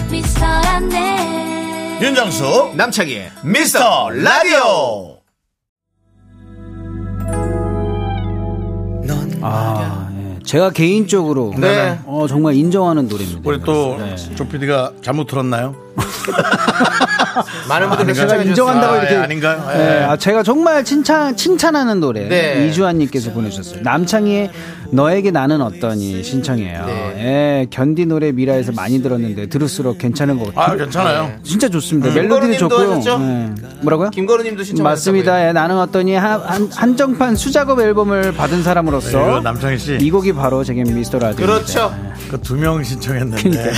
Speaker 6: 미스터란데
Speaker 1: 윤정수
Speaker 2: 남창희의
Speaker 1: 미스터 라디오.
Speaker 3: 아, 예. 제가 개인적으로.
Speaker 2: 네.
Speaker 3: 어, 정말 인정하는 노래입니다.
Speaker 1: 우리 또 조피디가 잘못 들었나요?
Speaker 2: 많은 분들이
Speaker 1: 아닌가요?
Speaker 2: 신청해
Speaker 3: 인정한다고
Speaker 2: 주셨어요. 예.
Speaker 3: 이렇게
Speaker 1: 아, 닌가요
Speaker 3: 네, 아, 제가 정말 칭찬, 칭찬하는 노래.
Speaker 2: 네.
Speaker 3: 이주환님께서 보내주셨어요. 남창희의 너에게 나는 어떠니 신청이에요.
Speaker 2: 네.
Speaker 3: 예, 견디 노래 미라에서 많이 들었는데 들을수록 괜찮은 것 같아요.
Speaker 1: 아 괜찮아요.
Speaker 3: 진짜 좋습니다.
Speaker 2: 음.
Speaker 3: 멜로디도
Speaker 2: 김건우님도
Speaker 3: 좋고요.
Speaker 2: 하셨죠?
Speaker 3: 예. 뭐라고요?
Speaker 2: 김거루님도 신청
Speaker 3: 맞습니다. 예, 나는 어떠니 한, 한- 한정판 수작업 앨범을 받은
Speaker 1: 이거
Speaker 3: 사람으로서
Speaker 1: 남창희
Speaker 3: 이
Speaker 1: 씨,
Speaker 3: 곡이 바로 제게 미스터 라디오.
Speaker 2: 그렇죠.
Speaker 1: 그 두 명 신청했는데.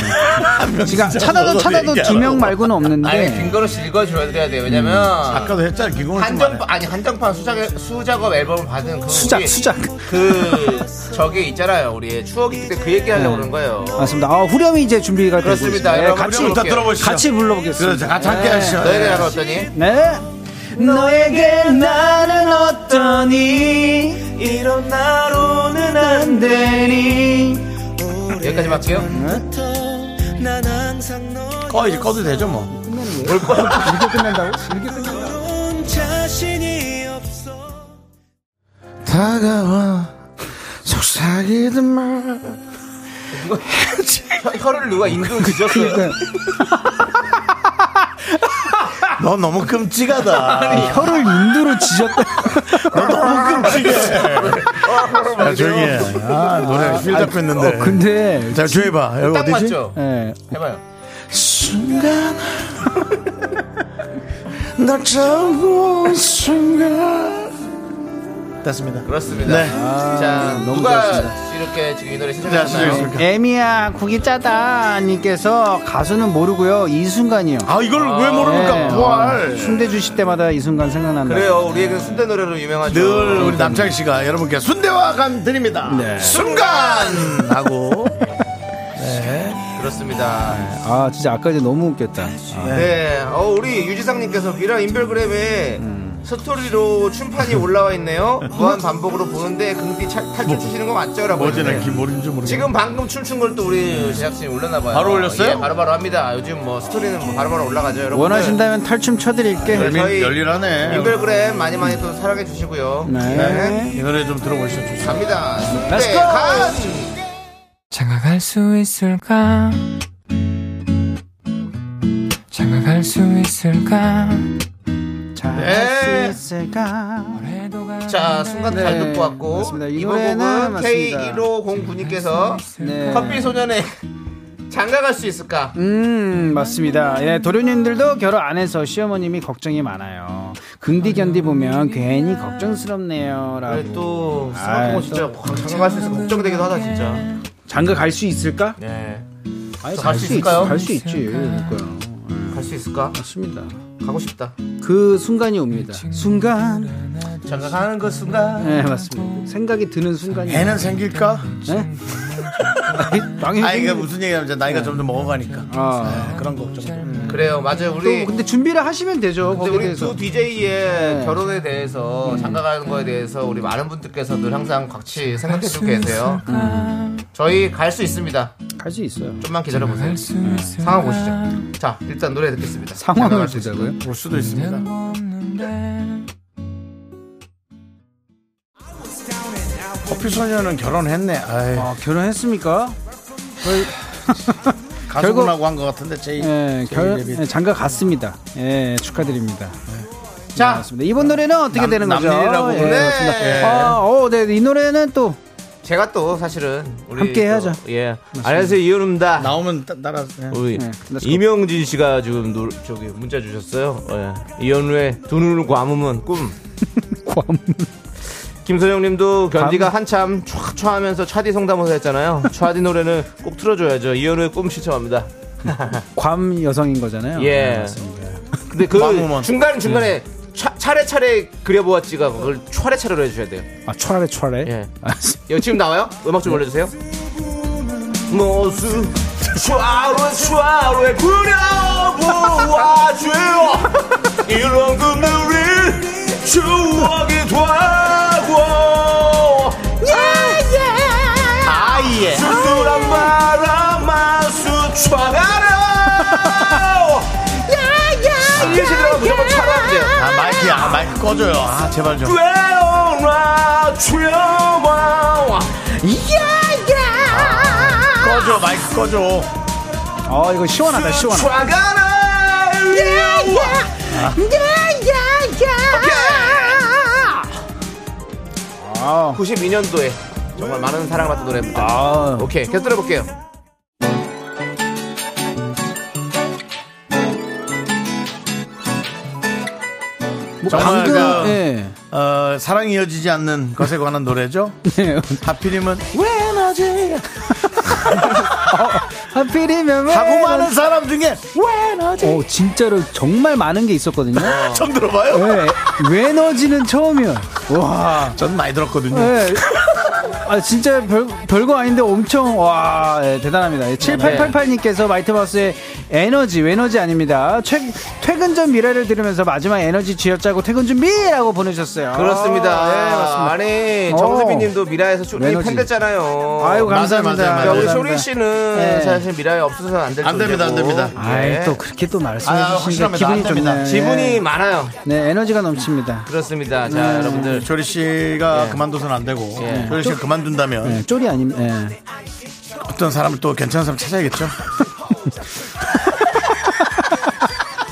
Speaker 1: 한명
Speaker 3: 지금
Speaker 1: 진짜
Speaker 3: 찾아도
Speaker 1: 모르고
Speaker 3: 찾아도 두
Speaker 1: 얘기하라고.
Speaker 3: 명 말고는 없는데.
Speaker 2: 아니 김거루 씨 읽어줘야 돼요. 왜냐면
Speaker 3: 음,
Speaker 1: 아까도 했잖아. 김건우 씨
Speaker 2: 한정
Speaker 1: 말해.
Speaker 2: 판 아니 한정판 수작 수작업 앨범을 받은 그
Speaker 3: 수작,
Speaker 2: 우리
Speaker 3: 수작.
Speaker 2: 그 저게 있잖아요. 우리의 추억이 그때 그 얘기 하려고 그런 거예요.
Speaker 3: 맞습니다. 아, 후렴이 이제 준비가 되고
Speaker 2: 그렇습니다.
Speaker 3: 있어요.
Speaker 2: 여러분,
Speaker 3: 같이
Speaker 2: 후렴부터
Speaker 1: 들어보시죠.
Speaker 3: 같이 불러보겠습니다.
Speaker 1: 그렇죠. 같이 함께 하시죠. 네.
Speaker 2: 너에게 나는 어떠니?
Speaker 3: 네. 너에게 나는 어떠니 이런 나로는 안 되니
Speaker 2: 여기까지만 할게요.
Speaker 1: 꺼 이제 꺼도 되죠 뭐. 다가와 속삭이던 말.
Speaker 2: 혀- 혀를 누가 인근
Speaker 3: 그러니까
Speaker 2: 그졌어요.
Speaker 1: 너 너무 [LAUGHS] 끔찍하다.
Speaker 3: 혀를 인두로 지졌다
Speaker 1: 너 너무 끔찍해. 야, 조용히 해. 아, 노래 휠 잡고 했는데.
Speaker 3: 어, [LAUGHS] 근데
Speaker 1: 자, 조용히 봐. 여기
Speaker 2: 딱
Speaker 1: 어디지?
Speaker 2: 맞죠?
Speaker 3: 예.
Speaker 2: 해봐요.
Speaker 1: [LAUGHS] 순간. 널 처음 본 순간. 됐습니다.
Speaker 2: 그렇습니다.
Speaker 1: 네.
Speaker 2: 자
Speaker 3: 너무
Speaker 2: 누가
Speaker 3: 아, 좋았습니다.
Speaker 2: 이렇게 이렇게 지금 이 노래
Speaker 1: 네, 시작했습니다.
Speaker 2: 신청하셨나요?
Speaker 3: 에미야 국이 짜다 님께서 가수는 모르고요 이 순간이요.
Speaker 1: 아, 이걸 왜 모릅니까?
Speaker 3: 네.
Speaker 1: 부활.
Speaker 3: 순대 주실 때마다 이 순간 생각난다.
Speaker 2: 그래요. 우리에게는 순대 노래로 유명하죠.
Speaker 1: 늘 우리 남창희 씨가 여러분께 순대와 간 드립니다. 순간! 하고.
Speaker 2: 그렇습니다.
Speaker 3: 아 진짜 아까 이제 너무 웃겼다.
Speaker 2: 네, 어, 우리 유지상님께서 미라 인별그램에
Speaker 3: 음.
Speaker 2: 스토리로 춤판이 올라와 있네요. 무한 반복으로 보는데 금디
Speaker 3: 뭐,
Speaker 2: 탈출 추시는 거 맞죠? 라고.
Speaker 1: 어제는
Speaker 2: 했는데.
Speaker 1: 기모르는지 모르겠
Speaker 2: 지금 방금 춤춘 걸 또
Speaker 3: 음.
Speaker 2: 우리 제작진이 올렸나봐요. 예,
Speaker 1: 바로 올렸어요?
Speaker 2: 바로바로 합니다. 요즘 뭐 스토리는 뭐 바로바로 올라가죠. 여러분.
Speaker 3: 원하신다면 탈춤 쳐드릴게.
Speaker 2: 네. 저희-
Speaker 1: 열일하네.
Speaker 2: 인별그램 많이 많이 또 사랑해 주시고요.
Speaker 3: 네.
Speaker 1: 이 노래 좀 들어보시죠. 좀
Speaker 2: 갑니다.
Speaker 3: Let's
Speaker 2: 순대
Speaker 3: go!
Speaker 2: 간!
Speaker 8: 장가갈 수 있을까? 장가갈 수 있을까?
Speaker 3: 잘할수 있을까?
Speaker 2: 자, 순간 잘
Speaker 3: 네,
Speaker 2: 듣고 왔고.
Speaker 3: 맞습니다. 이
Speaker 2: 이번
Speaker 3: 노래는
Speaker 2: 곡은
Speaker 3: 맞습니다.
Speaker 2: K1509님께서
Speaker 3: 네.
Speaker 2: 커피 소년의 장가갈 수 있을까?
Speaker 3: 음 맞습니다. 예, 도련님들도 결혼 안 해서 시어머님이 걱정이 많아요. 긍디 견디 보면 괜히 걱정스럽네요라고.
Speaker 2: 그래 또
Speaker 3: 아이,
Speaker 2: 생각보고 진짜 장가갈 수 있어 걱정되기도 하다 진짜.
Speaker 3: 장가 갈 수 있을까?
Speaker 2: 네.
Speaker 3: 아니,
Speaker 2: 갈수 있을까요?
Speaker 3: 갈수 있지. 그러니까요.
Speaker 2: 갈 수 있을까?
Speaker 3: 맞습니다.
Speaker 2: 가고 싶다.
Speaker 3: 그 순간이 옵니다. 순간.
Speaker 2: 장가가는 그 순간.
Speaker 3: 네 맞습니다. 생각이 드는 순간이.
Speaker 1: 애는 생길까?
Speaker 3: [LAUGHS] 네? 당연히.
Speaker 1: 아, 이게 무슨 얘기냐면 이제 나이가 점점 먹어가니까.
Speaker 3: 아.
Speaker 1: 네, 그런 걱정.
Speaker 2: 그래요, 맞아요. 우리
Speaker 3: 또 근데 준비를 하시면 되죠.
Speaker 2: 근데
Speaker 3: 거기에
Speaker 2: 우리
Speaker 3: 대해서. 네. 음.
Speaker 2: 두 DJ의 결혼에 대해서 장가가는 거에 대해서 우리 많은 분들께서 늘 항상 같이 생각해주고 계세요. 저희 갈 수 있습니다.
Speaker 3: 갈 수 있어요.
Speaker 2: 좀만 기다려보세요. 상황 보시죠. 자, 일단 노래 듣겠습니다.
Speaker 3: 상황을
Speaker 2: 장가갈 수 음. 있을까?
Speaker 3: 보자고요.
Speaker 1: 볼 수도 있습니다. 커피 소녀는 결혼했네. 아이,
Speaker 2: 어,
Speaker 3: 아, 결혼했습니까?
Speaker 1: 가수분하고 한 것 같은데 제이.
Speaker 2: 네.
Speaker 3: 예, 결,
Speaker 1: 데뷔. 네.
Speaker 3: 예, 장가 갔습니다. 예, 축하드립니다.
Speaker 2: 자.
Speaker 3: 맞습니다. 이번 노래는 어떻게
Speaker 1: 남-
Speaker 3: 되는 거죠?
Speaker 1: 남일이라고
Speaker 3: 예,
Speaker 1: 부르네.
Speaker 3: 맞습니다.
Speaker 1: 예.
Speaker 3: 아, 어, 네, 이 노래는 또 [LAUGHS]
Speaker 2: 제가 또 사실은 우리
Speaker 3: 함께
Speaker 2: 또-
Speaker 3: 해야죠.
Speaker 2: 예. 안녕하세요 이현우입니다.
Speaker 1: 나오면 따- 따라. 예.
Speaker 2: 우리
Speaker 3: 네, let's go.
Speaker 2: 이명진 씨가 지금 노, 저기 문자 주셨어요. 예. 이현우의 두 눈을 감으면 꿈.
Speaker 3: 괌.
Speaker 2: 김선영님도 견디가 한참 촤촤하면서 차디 성대모사 했잖아요. 차디 노래는 꼭 틀어줘야죠. 이현우의 꿈 시청합니다.
Speaker 3: 괌 여성인 거잖아요. 네,
Speaker 2: 예.
Speaker 3: 맞습니다.
Speaker 2: 근데 그
Speaker 1: 감으면. 음.
Speaker 2: 중간 중간에 차례차례 그려보았지가 그걸 차례차례로 해주셔야 돼요.
Speaker 3: 아, 초라래 초라래.
Speaker 2: 예.
Speaker 3: 알았습니다.
Speaker 2: 여기 지금 나와요? 음악 좀 올려주세요. 모습 샤르 샤르 그려보아줘 이런 그늘이 추억이 되고 아예 쓸쓸한 바람만 스쳐가려 이시 들어가 무조건 차가운 돼요
Speaker 1: 아, 마이크, 아, 마이크 꺼줘요. 아, 제발 좀.
Speaker 2: 되어라 주여와
Speaker 1: 꺼줘, 마이크 꺼줘.
Speaker 3: 아, 이거 시원하다, 시원하다.
Speaker 2: 추가라
Speaker 3: 아,
Speaker 2: 92년도에 정말 많은 사랑을 받던 노래입니다
Speaker 3: 아,
Speaker 2: 오케이 계속 들어볼게요
Speaker 3: 뭐
Speaker 1: 정말
Speaker 3: 방금
Speaker 1: 그-
Speaker 3: 예.
Speaker 1: 어, 사랑이 이어지지 않는 것에 관한 노래죠.
Speaker 3: 네.
Speaker 1: 하필이면
Speaker 3: 왜 나지? [LAUGHS] 어, 하필이면 왜
Speaker 1: 하고 많은 사람 중에
Speaker 3: 어, 진짜로 정말 많은 게 있었거든요.
Speaker 1: 처음 들어봐요.
Speaker 3: 네, 외너지는 처음이야. 와.
Speaker 1: 전 많이 들었거든요.
Speaker 3: 네. 아, 진짜 별, 별거 아닌데 엄청, 와, 예, 대단합니다. 7888님께서 마이트바스의 에너지, 외너지 아닙니다. 최, 퇴근 전 미래를 들으면서 마지막 에너지 쥐어짜고 퇴근 준비라고 보내주셨어요.
Speaker 2: 그렇습니다.
Speaker 3: 네, 맞습니다.
Speaker 2: 아니,
Speaker 3: 오.
Speaker 2: 정수빈 님도 미라에서 쇼리
Speaker 3: 에너지.
Speaker 2: 팬 됐잖아요.
Speaker 3: 아유,
Speaker 1: 맞아요, 맞아요,
Speaker 3: 감사합니다.
Speaker 1: 맞아요.
Speaker 2: 우리 쇼리
Speaker 3: 감사합니다.
Speaker 2: 씨는
Speaker 3: 네.
Speaker 2: 사실 미라에 없어서는 안될 예.
Speaker 1: 안 됩니다, 안 됩니다.
Speaker 3: 아이, 또 그렇게 또
Speaker 1: 아,
Speaker 3: 말씀해주시니까
Speaker 1: 확실합니다.
Speaker 3: 기분이
Speaker 1: 안 됩니다.
Speaker 3: 좋네요. 음.
Speaker 2: 지분이 많아요.
Speaker 3: 네, 에너지가 넘칩니다.
Speaker 2: 그렇습니다. 자, 여러분들.
Speaker 1: 조리 씨가 그만둬서는 안 되고 조리 씨가 그만둔다면
Speaker 3: 네, 쫄이 아님, 예.
Speaker 1: 어떤 사람을 또 괜찮은 사람 찾아야겠죠.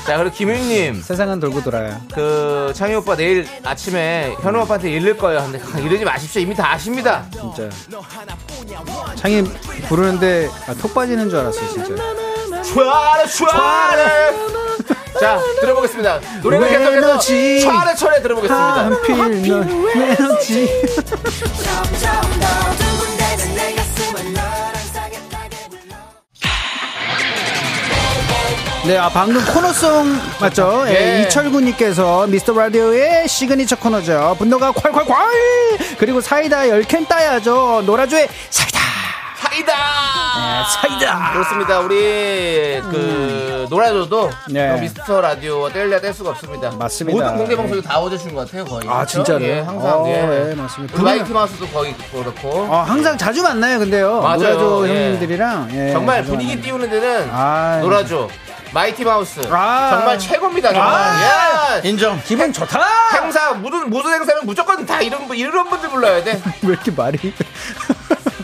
Speaker 2: 자, 그리고 김윤 님.
Speaker 3: 세상은 돌고 돌아요.
Speaker 2: 그 창희 오빠 내일 아침에 현우 오빠한테 이를 거예요. 근데 아, 이러지 마십시오. 이미 다 아십니다.
Speaker 3: 진짜. 창이 부르는데 아, 턱 빠지는 줄 알았어요, 진짜.
Speaker 2: 촤레 촤레. 자, 들어보겠습니다. 노래를 계속해서
Speaker 3: 에너지.
Speaker 2: 촤레 촤레 들어보겠습니다.
Speaker 3: 하필 널 에너지.
Speaker 5: 점점 더 두근대는 내
Speaker 3: 네, 아, 방금 코너송 맞죠?
Speaker 2: 예.
Speaker 3: 예, 이철구님께서 미스터 라디오의 시그니처 코너죠. 분노가 콸콸콸! 그리고 사이다 10캔 따야죠. 노라조의 사이다!
Speaker 2: 사이다.
Speaker 3: 네, 사이다! 음.
Speaker 2: 그렇습니다. 우리 그 노라조도 그
Speaker 3: 네.
Speaker 2: 미스터 라디오와 뗄래야 뗄 수가 없습니다.
Speaker 3: 맞습니다. 네.
Speaker 2: 모든 공개 방송이 다 얻어준 것 같아요 거의.
Speaker 3: 아,
Speaker 2: 그렇죠?
Speaker 3: 진짜로요?
Speaker 2: 예, 항상
Speaker 3: 어,
Speaker 2: 예.
Speaker 3: 예, 맞습니다.
Speaker 2: 우리 마이티 마우스도 거기 그렇고.
Speaker 3: 어, 항상 자주 만나요, 근데요.
Speaker 2: 예. 맞아요.
Speaker 3: 노라조
Speaker 2: 예.
Speaker 3: 형님들이랑. 예,
Speaker 2: 정말
Speaker 3: 자주
Speaker 2: 분위기
Speaker 3: 만나요.
Speaker 2: 띄우는 데는
Speaker 3: 아.
Speaker 2: 노라조, 마이티 마우스
Speaker 3: 아.
Speaker 2: 정말 최고입니다. 정말.
Speaker 1: [LAUGHS]
Speaker 2: 예.
Speaker 1: 인정.
Speaker 3: 기분 좋다!
Speaker 2: 행사 무슨 무슨 행사는 무조건 다 이런 분- 이런 분들 불러야 돼.
Speaker 3: [LAUGHS] 왜 이렇게 [LAUGHS] 말이.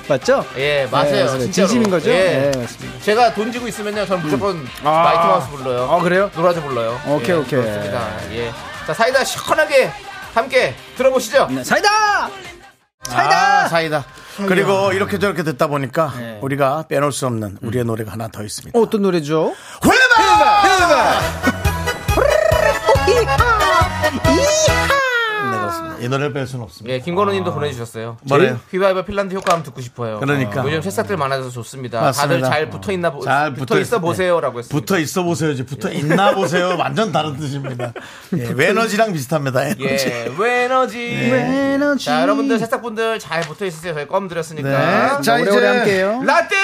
Speaker 3: 맞죠?
Speaker 2: 예
Speaker 3: 네,
Speaker 2: 맞아요.
Speaker 3: 맞습니다.
Speaker 2: 진짜로.
Speaker 3: 진심인 거죠?
Speaker 2: 예.
Speaker 3: 네, 맞습니다.
Speaker 2: 제가 돈 지고 있으면요, 저는 무조건
Speaker 3: 아.
Speaker 2: 마이티 마우스 불러요.
Speaker 3: 아, 그래요?
Speaker 2: 노라조 불러요.
Speaker 3: 오케이,
Speaker 2: 예,
Speaker 3: 오케이.
Speaker 2: 그렇습니다. 예. 자 사이다 시원하게 함께 들어보시죠.
Speaker 3: 네, 사이다! 사이다!
Speaker 1: 아, 사이다. 네. 그리고 이렇게 저렇게 듣다 보니까 우리가 빼놓을 수 없는 우리의 노래가 하나 더 있습니다.
Speaker 3: 어떤 노래죠?
Speaker 1: 훌레바! 네, 그렇습니다. 이 노래를 뺄 수는 없습니다.
Speaker 2: 예 김건우님도 보내주셨어요.
Speaker 1: 아, 뭐래요?
Speaker 2: 휘바이바 핀란드 효과 한번 듣고 싶어요.
Speaker 1: 그러니까.
Speaker 2: 어, 요즘 새싹들 많아져서 좋습니다. 다들
Speaker 1: 맞습니다.
Speaker 2: 잘 붙어 있나 보,
Speaker 1: 잘
Speaker 2: 붙어 있어
Speaker 1: 붙어있- 네.
Speaker 2: 보세요라고 했습니다.
Speaker 1: 붙어 있어 보세요지 붙어 있나 보세요. [LAUGHS] 완전 다른 [LAUGHS] 뜻입니다. 예, 에너지랑 비슷합니다. 에너지. 네.
Speaker 2: 예, 웨너지.
Speaker 3: 에너지.
Speaker 2: 자, 여러분들 새싹분들 잘 붙어 있으세요. 저희 껌 드렸으니까.
Speaker 1: 네. 자,
Speaker 3: 오래오래
Speaker 1: 이제
Speaker 3: 함께해요.
Speaker 2: 라떼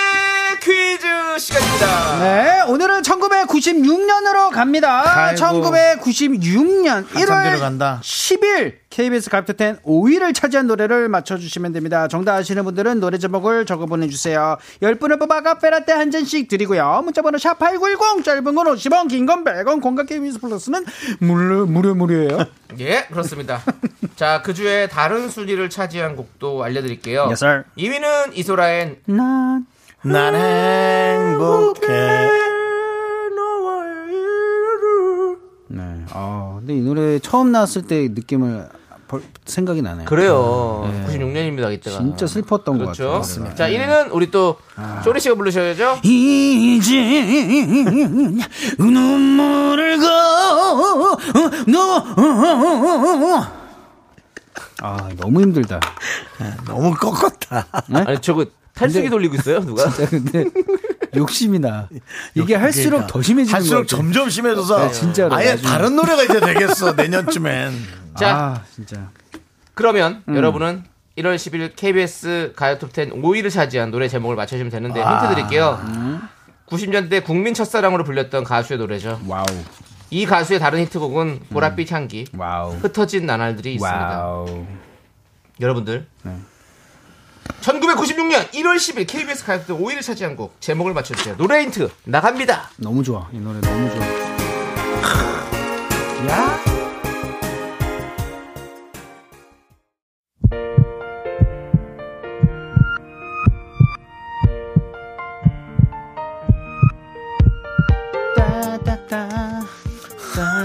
Speaker 2: 퀴즈 시간입니다.
Speaker 3: 네, 오늘은 1996년으로 갑니다.
Speaker 1: 아이고.
Speaker 3: 1996년
Speaker 1: 한참
Speaker 3: 1월
Speaker 1: 뒤로 간다.
Speaker 3: 10일 KBS 갑투텐 5위를 차지한 노래를 맞춰주시면 됩니다. 정답 아시는 분들은 노래 제목을 적어 보내주세요. 10분을 뽑아 카페라떼 한 잔씩 드리고요. 문자번호 샵8910 짧은 건 50원 긴 건 100원 공각 KBS 플러스는 무료, 무료 무료예요.
Speaker 2: 예,
Speaker 1: [LAUGHS]
Speaker 2: 그렇습니다. 자, 그 주에 다른 순위를 차지한 곡도 알려드릴게요.
Speaker 3: Yes, sir.
Speaker 2: 2위는 이소라의
Speaker 3: 난
Speaker 1: 난 행복해.
Speaker 3: 네. 아, 근데 이 노래 처음 나왔을 때 느낌을 벌- 생각이 나네요.
Speaker 2: 그래요. 96년입니다, 이때가.
Speaker 3: 진짜 슬펐던 것
Speaker 2: 그렇죠.
Speaker 3: 같아요. 맞습니다. 네. 아.
Speaker 2: 자, 1위는 우리 또 쇼리 씨가 부르셔야죠.
Speaker 3: 이제 눈물을 거. 노. 아 너무 힘들다.
Speaker 1: 너무 꺾었다.
Speaker 2: 아니, 저거 그 탈수기 돌리고 있어요, 누가?
Speaker 3: 진짜 그 근데 욕심이 나. 이게 할수록 더 심해지는
Speaker 1: 할수록
Speaker 3: 것 같아.
Speaker 1: 점점 심해져서
Speaker 3: 네, 진짜로.
Speaker 1: 아예
Speaker 3: 나중에.
Speaker 1: 다른 노래가 이제 되겠어. 내년쯤엔.
Speaker 2: 자,
Speaker 3: 아 음. 진짜.
Speaker 2: 그러면 여러분은 1월 10일 KBS 가요 톱10 5위를 차지한 노래 제목을 맞춰주시면 되는데
Speaker 3: 아.
Speaker 2: 힌트 드릴게요.
Speaker 3: 음.
Speaker 2: 90년대 국민 첫사랑으로 불렸던 가수의 노래죠.
Speaker 3: 와우.
Speaker 2: 이 가수의 다른 히트곡은 보랏빛 향기,
Speaker 3: 와우.
Speaker 2: 흩어진 나날들이 있습니다.
Speaker 3: 와우.
Speaker 2: 여러분들
Speaker 1: 네.
Speaker 2: 1996년 1월 10일 KBS 가요 톱 5위를 차지한 곡 제목을 맞춰주세요. 노래 힌트 나갑니다.
Speaker 3: 너무 좋아. 이 노래 너무 좋아.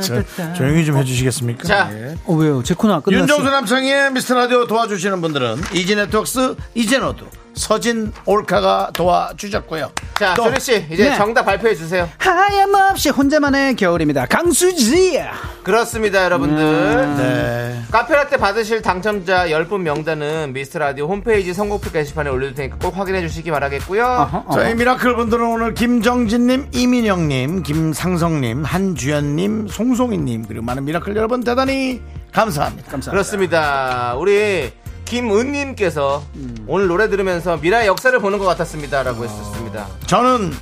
Speaker 1: 저- 조용히 좀 해주시겠습니까?
Speaker 2: 자,
Speaker 3: 어 왜요? 제 코너 끝났어.
Speaker 1: 윤정수 남창희의 미스터라디오 도와주시는 분들은 이지네트웍스 이제노드 서진 올카가 도와주셨고요.
Speaker 2: 자
Speaker 1: 또.
Speaker 2: 조리 씨 이제
Speaker 3: 네.
Speaker 2: 정답 발표해 주세요.
Speaker 3: 하염없이 혼자만의 겨울입니다. 강수지.
Speaker 2: 그렇습니다, 여러분들.
Speaker 1: 네.
Speaker 2: 카페라떼 받으실 당첨자 10분 명단은 미스터라디오 홈페이지 선곡표 게시판에 올려둘 테니까 꼭 확인해 주시기 바라겠고요
Speaker 3: 어,
Speaker 1: 저희 미라클 분들은 오늘 김정진님, 이민영님, 김상성님, 한주연님, 송송이님 그리고 많은 미라클 여러분 대단히 감사합니다.
Speaker 2: 그렇습니다 우리 김은님께서
Speaker 1: 음.
Speaker 2: 오늘 노래 들으면서 미라의 역사를 보는 것 같았습니다 라고 했었습니다
Speaker 1: 저는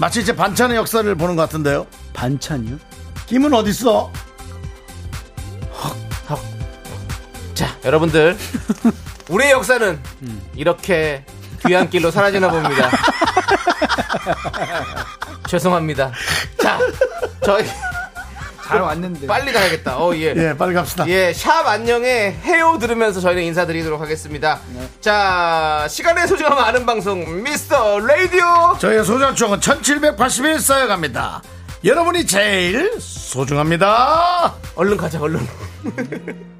Speaker 1: 마치 제 반찬의 역사를 보는 것 같은데요.
Speaker 3: 반찬이요?
Speaker 1: 김은 어디 있어?
Speaker 2: 자 여러분들 우리의 역사는 이렇게 귀한길로 사라지나 봅니다 [LAUGHS] 죄송합니다 자 저희
Speaker 3: 잘 왔는데.
Speaker 2: 빨리 가야겠다 어예
Speaker 1: 예, 빨리 갑시다.
Speaker 2: 예, 샵 안녕의 헤어 들으면서 저희는 인사드리도록 하겠습니다. 자, 시간의 소중함 아는 방송 미스터 라디오.
Speaker 1: 저희의 소중한 추억은 1781 쌓여갑니다. 여러분이 제일 소중합니다.
Speaker 2: 얼른 가자, 얼른.